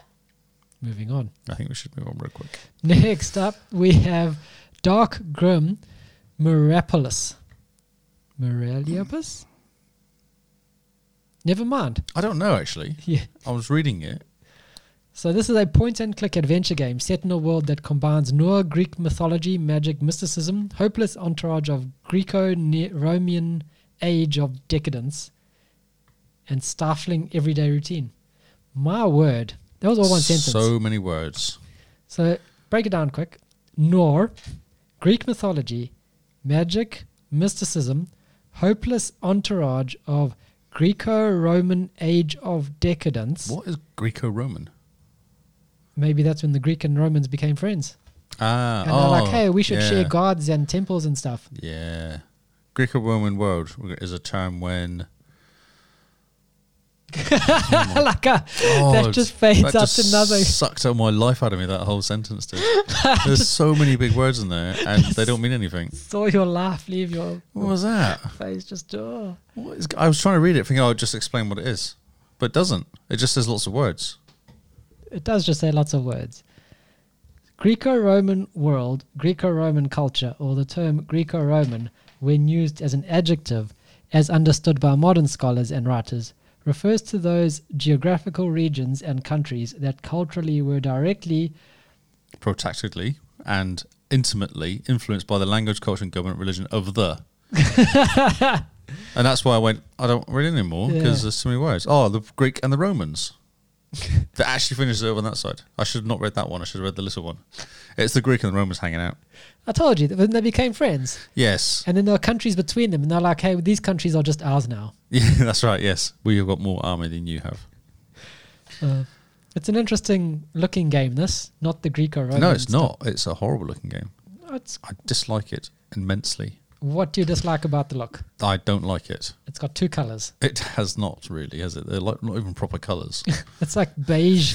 A: Moving on.
B: I think we should move on real quick.
A: Next up, we have Dark Grim Mirapolis. Miralopus? Never mind.
B: I don't know actually.
A: Yeah.
B: I was reading it.
A: So this is a point-and-click adventure game set in a world that combines noir Greek mythology, magic, mysticism, hopeless entourage of Greco-Roman age of decadence, and stifling everyday routine. My word, that was all one sentence.
B: So many words.
A: So break it down quick. Nor, Greek mythology, magic, mysticism, hopeless entourage of Greco-Roman age of decadence.
B: What is Greco-Roman?
A: Maybe that's when the Greek and Romans became friends.
B: Ah,
A: And
B: oh,
A: they're like, hey, we should
B: yeah,
A: share gods and temples and stuff.
B: Yeah, Greco-Roman world is a term when
A: like, uh,
B: God,
A: that just fades
B: Oh, that
A: up to
B: just
A: nothing.
B: Sucked out my life out of me. That whole sentence did. There's so many big words in there, and they don't mean anything.
A: Saw your laugh leave your
B: What was that?
A: face just, oh.
B: What is, I was trying to read it, thinking I would just explain what it is, but it doesn't. It just says lots of words.
A: it does just say lots of words. Greco Roman world, Greco Roman culture, or the term Greco Roman, when used as an adjective, as understood by modern scholars and writers, refers to those geographical regions and countries that culturally were directly
B: protractedly and intimately influenced by the language, culture, and government religion of the. and that's why I went, I don't read it anymore because
A: Yeah.
B: there's too many words. Oh, the Greek and the Romans. that actually finishes over on that side. I should have not read that one. I should have read the little one. It's the Greek and the Romans hanging out.
A: I told you, that when they became friends.
B: Yes.
A: And then there are countries between them, and they're like, hey, these countries are just ours now.
B: Yeah, that's right. Yes. We have got more army than you have.
A: Uh, it's an interesting looking game, this, not the Greco Roman.
B: no, it's not. It's a horrible looking game.
A: It's
B: I dislike it immensely.
A: what do you dislike about the look?
B: I don't like it.
A: It's got two colors.
B: It has not really, has it? They're like not even proper colours.
A: It's like beige,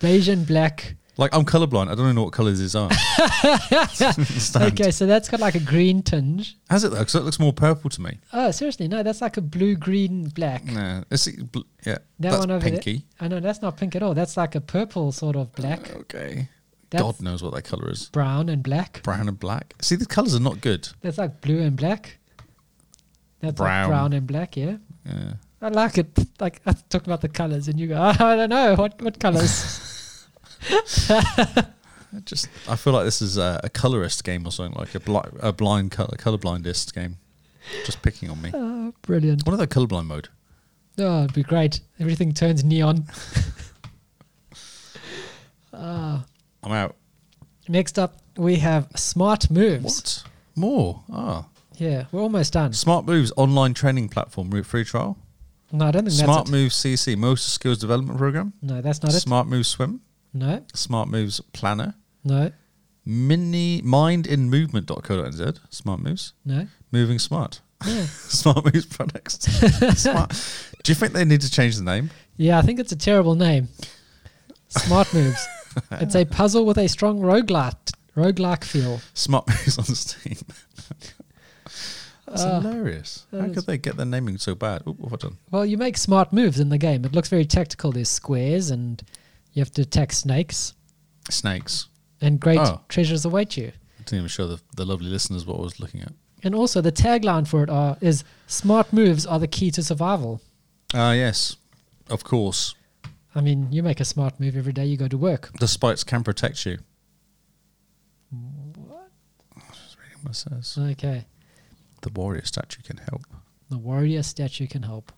A: beige and black.
B: Like I'm colorblind. I don't even know what colors these are. Understand.
A: Okay, so that's got like a green tinge.
B: Has it though? Because it looks more purple to me.
A: Oh, seriously, no, that's like a blue, green, black.
B: Nah, it's bl- yeah.
A: That
B: that's
A: one over there.
B: pinky.
A: I know that's not pink at all. That's like a purple sort of black.
B: Uh, Okay.
A: That's
B: God knows what that color is.
A: brown and black.
B: Brown and black. See, the colors are not good.
A: That's like blue and black. That's
B: Brown.
A: Like brown and black, yeah.
B: Yeah.
A: I like it. Like I talk about the colors, and you go, "Oh, I don't know what what colors.
B: I just I feel like this is a, a colorist game or something like a bli- a blind color colorblindist game. Just picking on me.
A: oh, brilliant.
B: What are that colorblind mode?
A: Oh, it'd be great. Everything turns neon. Ah,
B: I'm out.
A: Next up, we have smart moves.
B: What? More? Ah.
A: Yeah, we're almost done.
B: Smart Moves online training platform, route free trial.
A: No, I don't think
B: Smart
A: that's it.
B: Moves CC, motor skills development program.
A: No, that's not
B: Smart Moves swim.
A: it. No,
B: Smart Moves planner.
A: no,
B: Mini mindinmovement.co.nz. Smart Moves.
A: no.
B: Moving smart.
A: Yeah.
B: Smart Moves products. smart. Do you think they need to change the name?
A: yeah, I think it's a terrible name. Smart moves. it's a puzzle with a strong roguelite, roguelike feel.
B: Smart Moves on Steam. That's
A: Ah,
B: hilarious.
A: that
B: How
A: is-
B: could they get their naming so bad? Ooh, what have I done?
A: Well, you make smart moves in the game. It looks very tactical. There's squares, and you have to attack snakes,
B: Snakes.
A: and great
B: Oh.
A: treasures await you.
B: I didn't even show the, the lovely listeners what I was looking at.
A: And also, the tagline for it are, is "Smart moves are the key to survival."
B: Ah, yes. Of course.
A: I mean, you make a smart move every day you go to work.
B: The spikes can protect you. What? Just reading what it says.
A: Okay,
B: The warrior statue can help.
A: the warrior statue can help.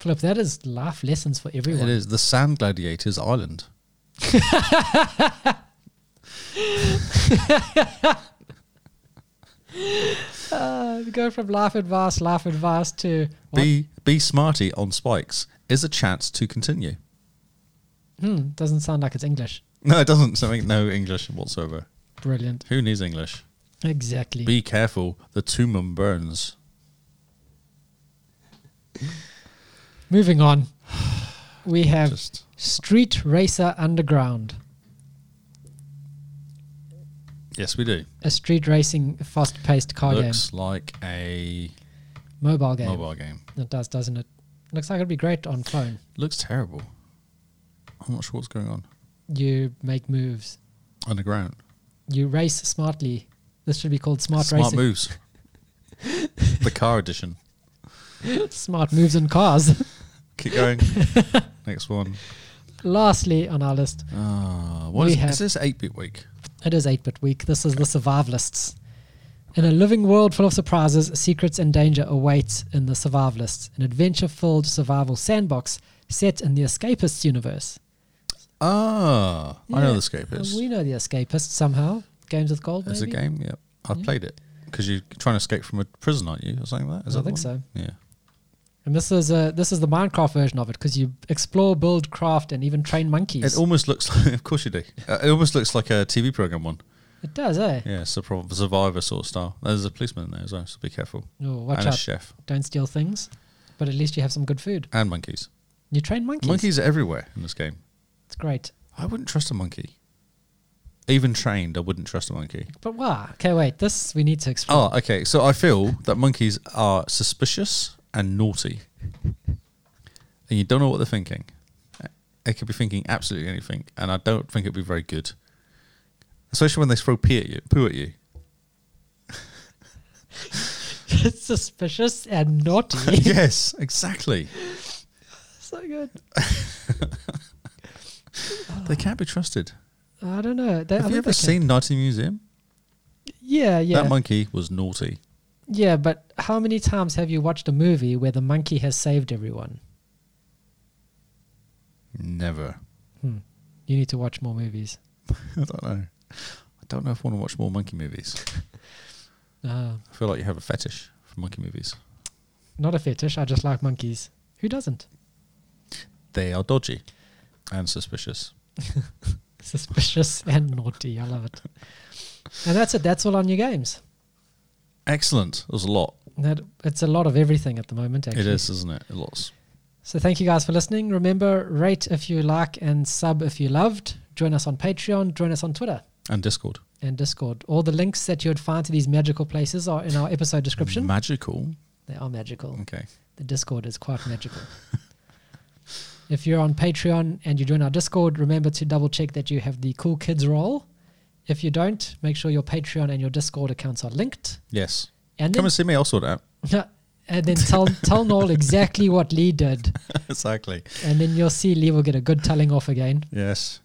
A: Philip, that is life lessons for everyone.
B: It is the sand gladiators island.
A: Uh, we go from life advice, life advice to what?
B: Be be smarty on spikes is a chance to continue.
A: Hmm, doesn't sound like it's English.
B: No, it doesn't. Something no English whatsoever.
A: Brilliant.
B: Who needs English?
A: Exactly.
B: Be careful. The tumum burns.
A: Moving on, we have
B: Just
A: Street Racer Underground,
B: yes, we do.
A: a street racing fast-paced car
B: Looks like a
A: game, mobile game.
B: mobile game.
A: It does, doesn't it? Looks like it'd be great on phone.
B: Looks terrible. I'm not sure what's going on
A: You make moves.
B: underground.
A: You race smartly. This should be called smart,
B: Smart
A: racing.
B: moves. the car edition.
A: smart moves in cars.
B: Keep going. Next one.
A: Lastly on our list,
B: Uh, what
A: We
B: is,
A: have-
B: is this 8 bit week?
A: It is 8 bit week. This is the survivalists. In a living world full of surprises, secrets, and danger awaits in the survivalists, an adventure filled survival sandbox set in the escapists universe.
B: Ah, I know
A: Yeah,
B: the escape is.
A: We know the escapists somehow. Games with Gold,
B: It's a
A: maybe?
B: game, yeah. I've
A: Yeah.
B: played it. Because you're trying to escape from a prison, aren't you? Or something like that? Is
A: I
B: that the
A: think
B: one? Yeah.
A: And this is uh this is the Minecraft version of it because you explore, build, craft, and even train monkeys.
B: It almost looks like, of course you do. Uh, it almost looks like a TV program one.
A: It does, eh?
B: Yeah, it's a pro- survivor sort of style. There's a policeman in there as well, so be careful.
A: Oh, watch
B: and a
A: out!
B: chef.
A: Don't steal things. But at least you have some good food.
B: And monkeys.
A: You train monkeys.
B: Monkeys are everywhere in this game.
A: It's great.
B: I wouldn't trust a monkey. Even trained, I wouldn't trust a monkey.
A: But wow. Okay, wait. This we need to explore.
B: Oh, okay. So I feel that monkeys are suspicious and naughty, and you don't know what they're thinking. They could be thinking absolutely anything, and I don't think it'd be very good, especially when they throw pee at you. Poo at you.
A: suspicious and naughty.
B: yes, exactly.
A: so good.
B: They can't be trusted.
A: I don't know. They, I
B: Have you
A: think they
B: ever seen Nightingale Museum?
A: Can, yeah, yeah,
B: That monkey was naughty.
A: yeah. But how many times have you watched a movie where the monkey has saved everyone?
B: Never.
A: Hmm. You need to watch more movies.
B: I don't know. I don't know if I want to watch more monkey movies.
A: Uh,
B: I feel like you have a fetish for monkey movies.
A: not a fetish. I just like monkeys. Who doesn't?
B: They are dodgy and suspicious.
A: Suspicious and naughty. I love it. And that's it. That's all on your games.
B: Excellent. There's a lot.
A: That it's a lot of everything at the moment. Actually,
B: It is, isn't it? Lots.
A: So thank you guys for listening. Remember, rate if you like and sub if you loved. Join us on Patreon. Join us on Twitter.
B: And Discord.
A: and Discord. All the links that you would find to these magical places are in our episode description.
B: Magical.
A: they are magical.
B: Okay.
A: The Discord is quite magical. if you're on Patreon and you join our Discord, remember to double check that you have the cool kids role. If you don't, make sure your Patreon and your Discord accounts are linked.
B: Yes.
A: And
B: Come
A: then,
B: and see me. I'll sort it out.
A: and then tell tell Noel exactly what Lee did,
B: exactly.
A: and then you'll see Lee will get a good telling off again.
B: Yes.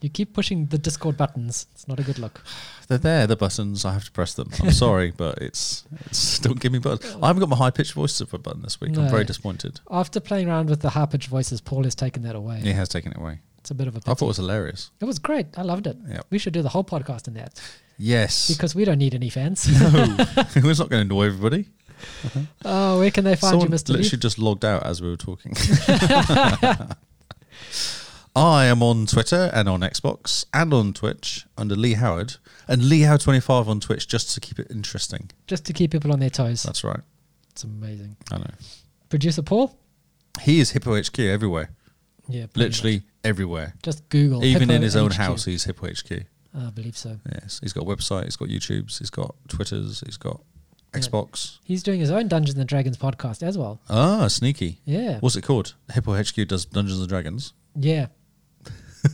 A: You keep pushing the Discord buttons; it's not a good look.
B: They're there, the buttons. I have to press them. I'm sorry, but it's, it's don't give me buttons. I haven't got my high pitched voice support button this week. I'm
A: No.
B: very disappointed.
A: After playing around with the high pitched voices, Paul has taken that away.
B: He has taken it away.
A: It's a bit of a.
B: I
A: Pity.
B: thought it was hilarious.
A: It was great. I loved it.
B: Yep.
A: We should do the whole podcast in that
B: Yes.
A: because we don't need any fans.
B: no, it's not going to annoy everybody.
A: oh, where can they find
B: Someone
A: you, Mr.
B: literally
A: Lee?
B: just logged out as we were talking. I am on Twitter and on Xbox and on Twitch under Lee Howard and Lee Howard twenty five on Twitch just to keep it interesting.
A: Just to keep people on their toes.
B: That's right.
A: It's amazing.
B: I know.
A: Producer Paul?
B: He is Hippo HQ everywhere.
A: Yeah. pretty
B: Literally
A: much.
B: everywhere.
A: Just Google.
B: Even in
A: Hippo
B: his own
A: HQ.
B: house, he's Hippo HQ.
A: I believe so.
B: Yes, he's got a website, he's got YouTubes, he's got Twitters, he's got
A: Yeah.
B: Xbox.
A: He's doing his own Dungeons and Dragons podcast as well.
B: Ah, sneaky.
A: Yeah.
B: What's it called? Hippo HQ does Dungeons and Dragons.
A: Yeah.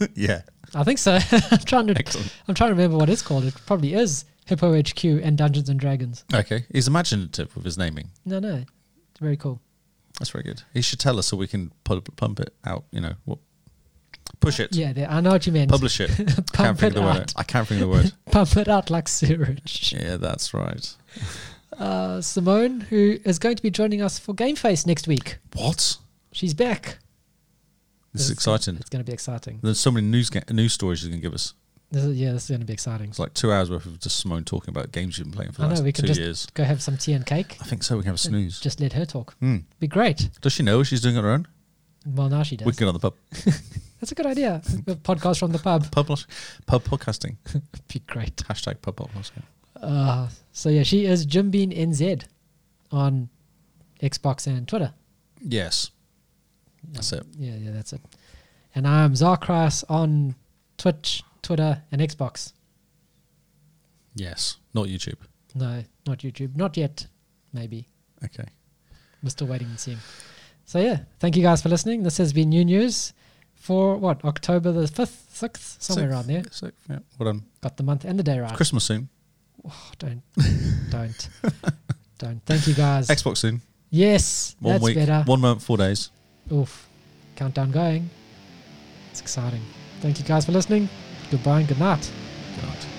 B: yeah,
A: I think so. I'm trying to
B: excellent.
A: I'm trying to remember what it's called. It probably is Hippo HQ and Dungeons and Dragons.
B: Okay, he's imaginative with his naming.
A: No, no. It's very cool.
B: That's very good. He should tell us so we can pu- pump it out. You know, what? Push it,
A: Yeah, there, I know what you meant.
B: publish it. can't
A: Pump
B: think
A: it
B: of the word.
A: out.
B: I can't think of the word.
A: Pump it out like sewage.
B: yeah, that's right.
A: Uh, Simone, who is going to be joining us for Game Face next week.
B: What?
A: She's back.
B: This
A: It's-
B: is exciting.
A: It's going to be exciting.
B: There's so many news ga- news stories you can give us.
A: This is, yeah, this is going to be exciting.
B: It's like two hours worth of just Simone talking about games you've been playing for
A: I
B: the
A: know,
B: last
A: we can
B: two
A: just-
B: years.
A: Go have some tea and cake.
B: I think so. We can have a snooze.
A: Just let her talk.
B: Hmm.
A: Be great.
B: Does she know she's doing it on her own?
A: Well, now she
B: We
A: does.
B: can go on the pub.
A: That's a good idea. A podcast from the pub.
B: Pub, pub podcasting.
A: Be great.
B: Hashtag pub podcasting.
A: Uh, so yeah, she is Jim Bean NZ on Xbox and Twitter.
B: Yes. That's it.
A: Yeah, yeah, that's it. And I'm Zarkras on Twitch, Twitter, and Xbox.
B: Yes. Not YouTube.
A: No, not YouTube. Not yet. Maybe.
B: Okay.
A: We're still waiting and seeing. So yeah, thank you guys for listening. This has been new news for what October the fifth, sixth, somewhere around there.
B: So, yeah. Well done.
A: Got the month and the day right.
B: Christmas soon.
A: Oh, don't, don't, don't. Thank you guys.
B: Xbox soon.
A: yes,
B: One
A: that's
B: week.
A: better.
B: One month, four days.
A: Oof. Countdown going. It's exciting. Thank you guys for listening. Goodbye and good night.
B: Good night.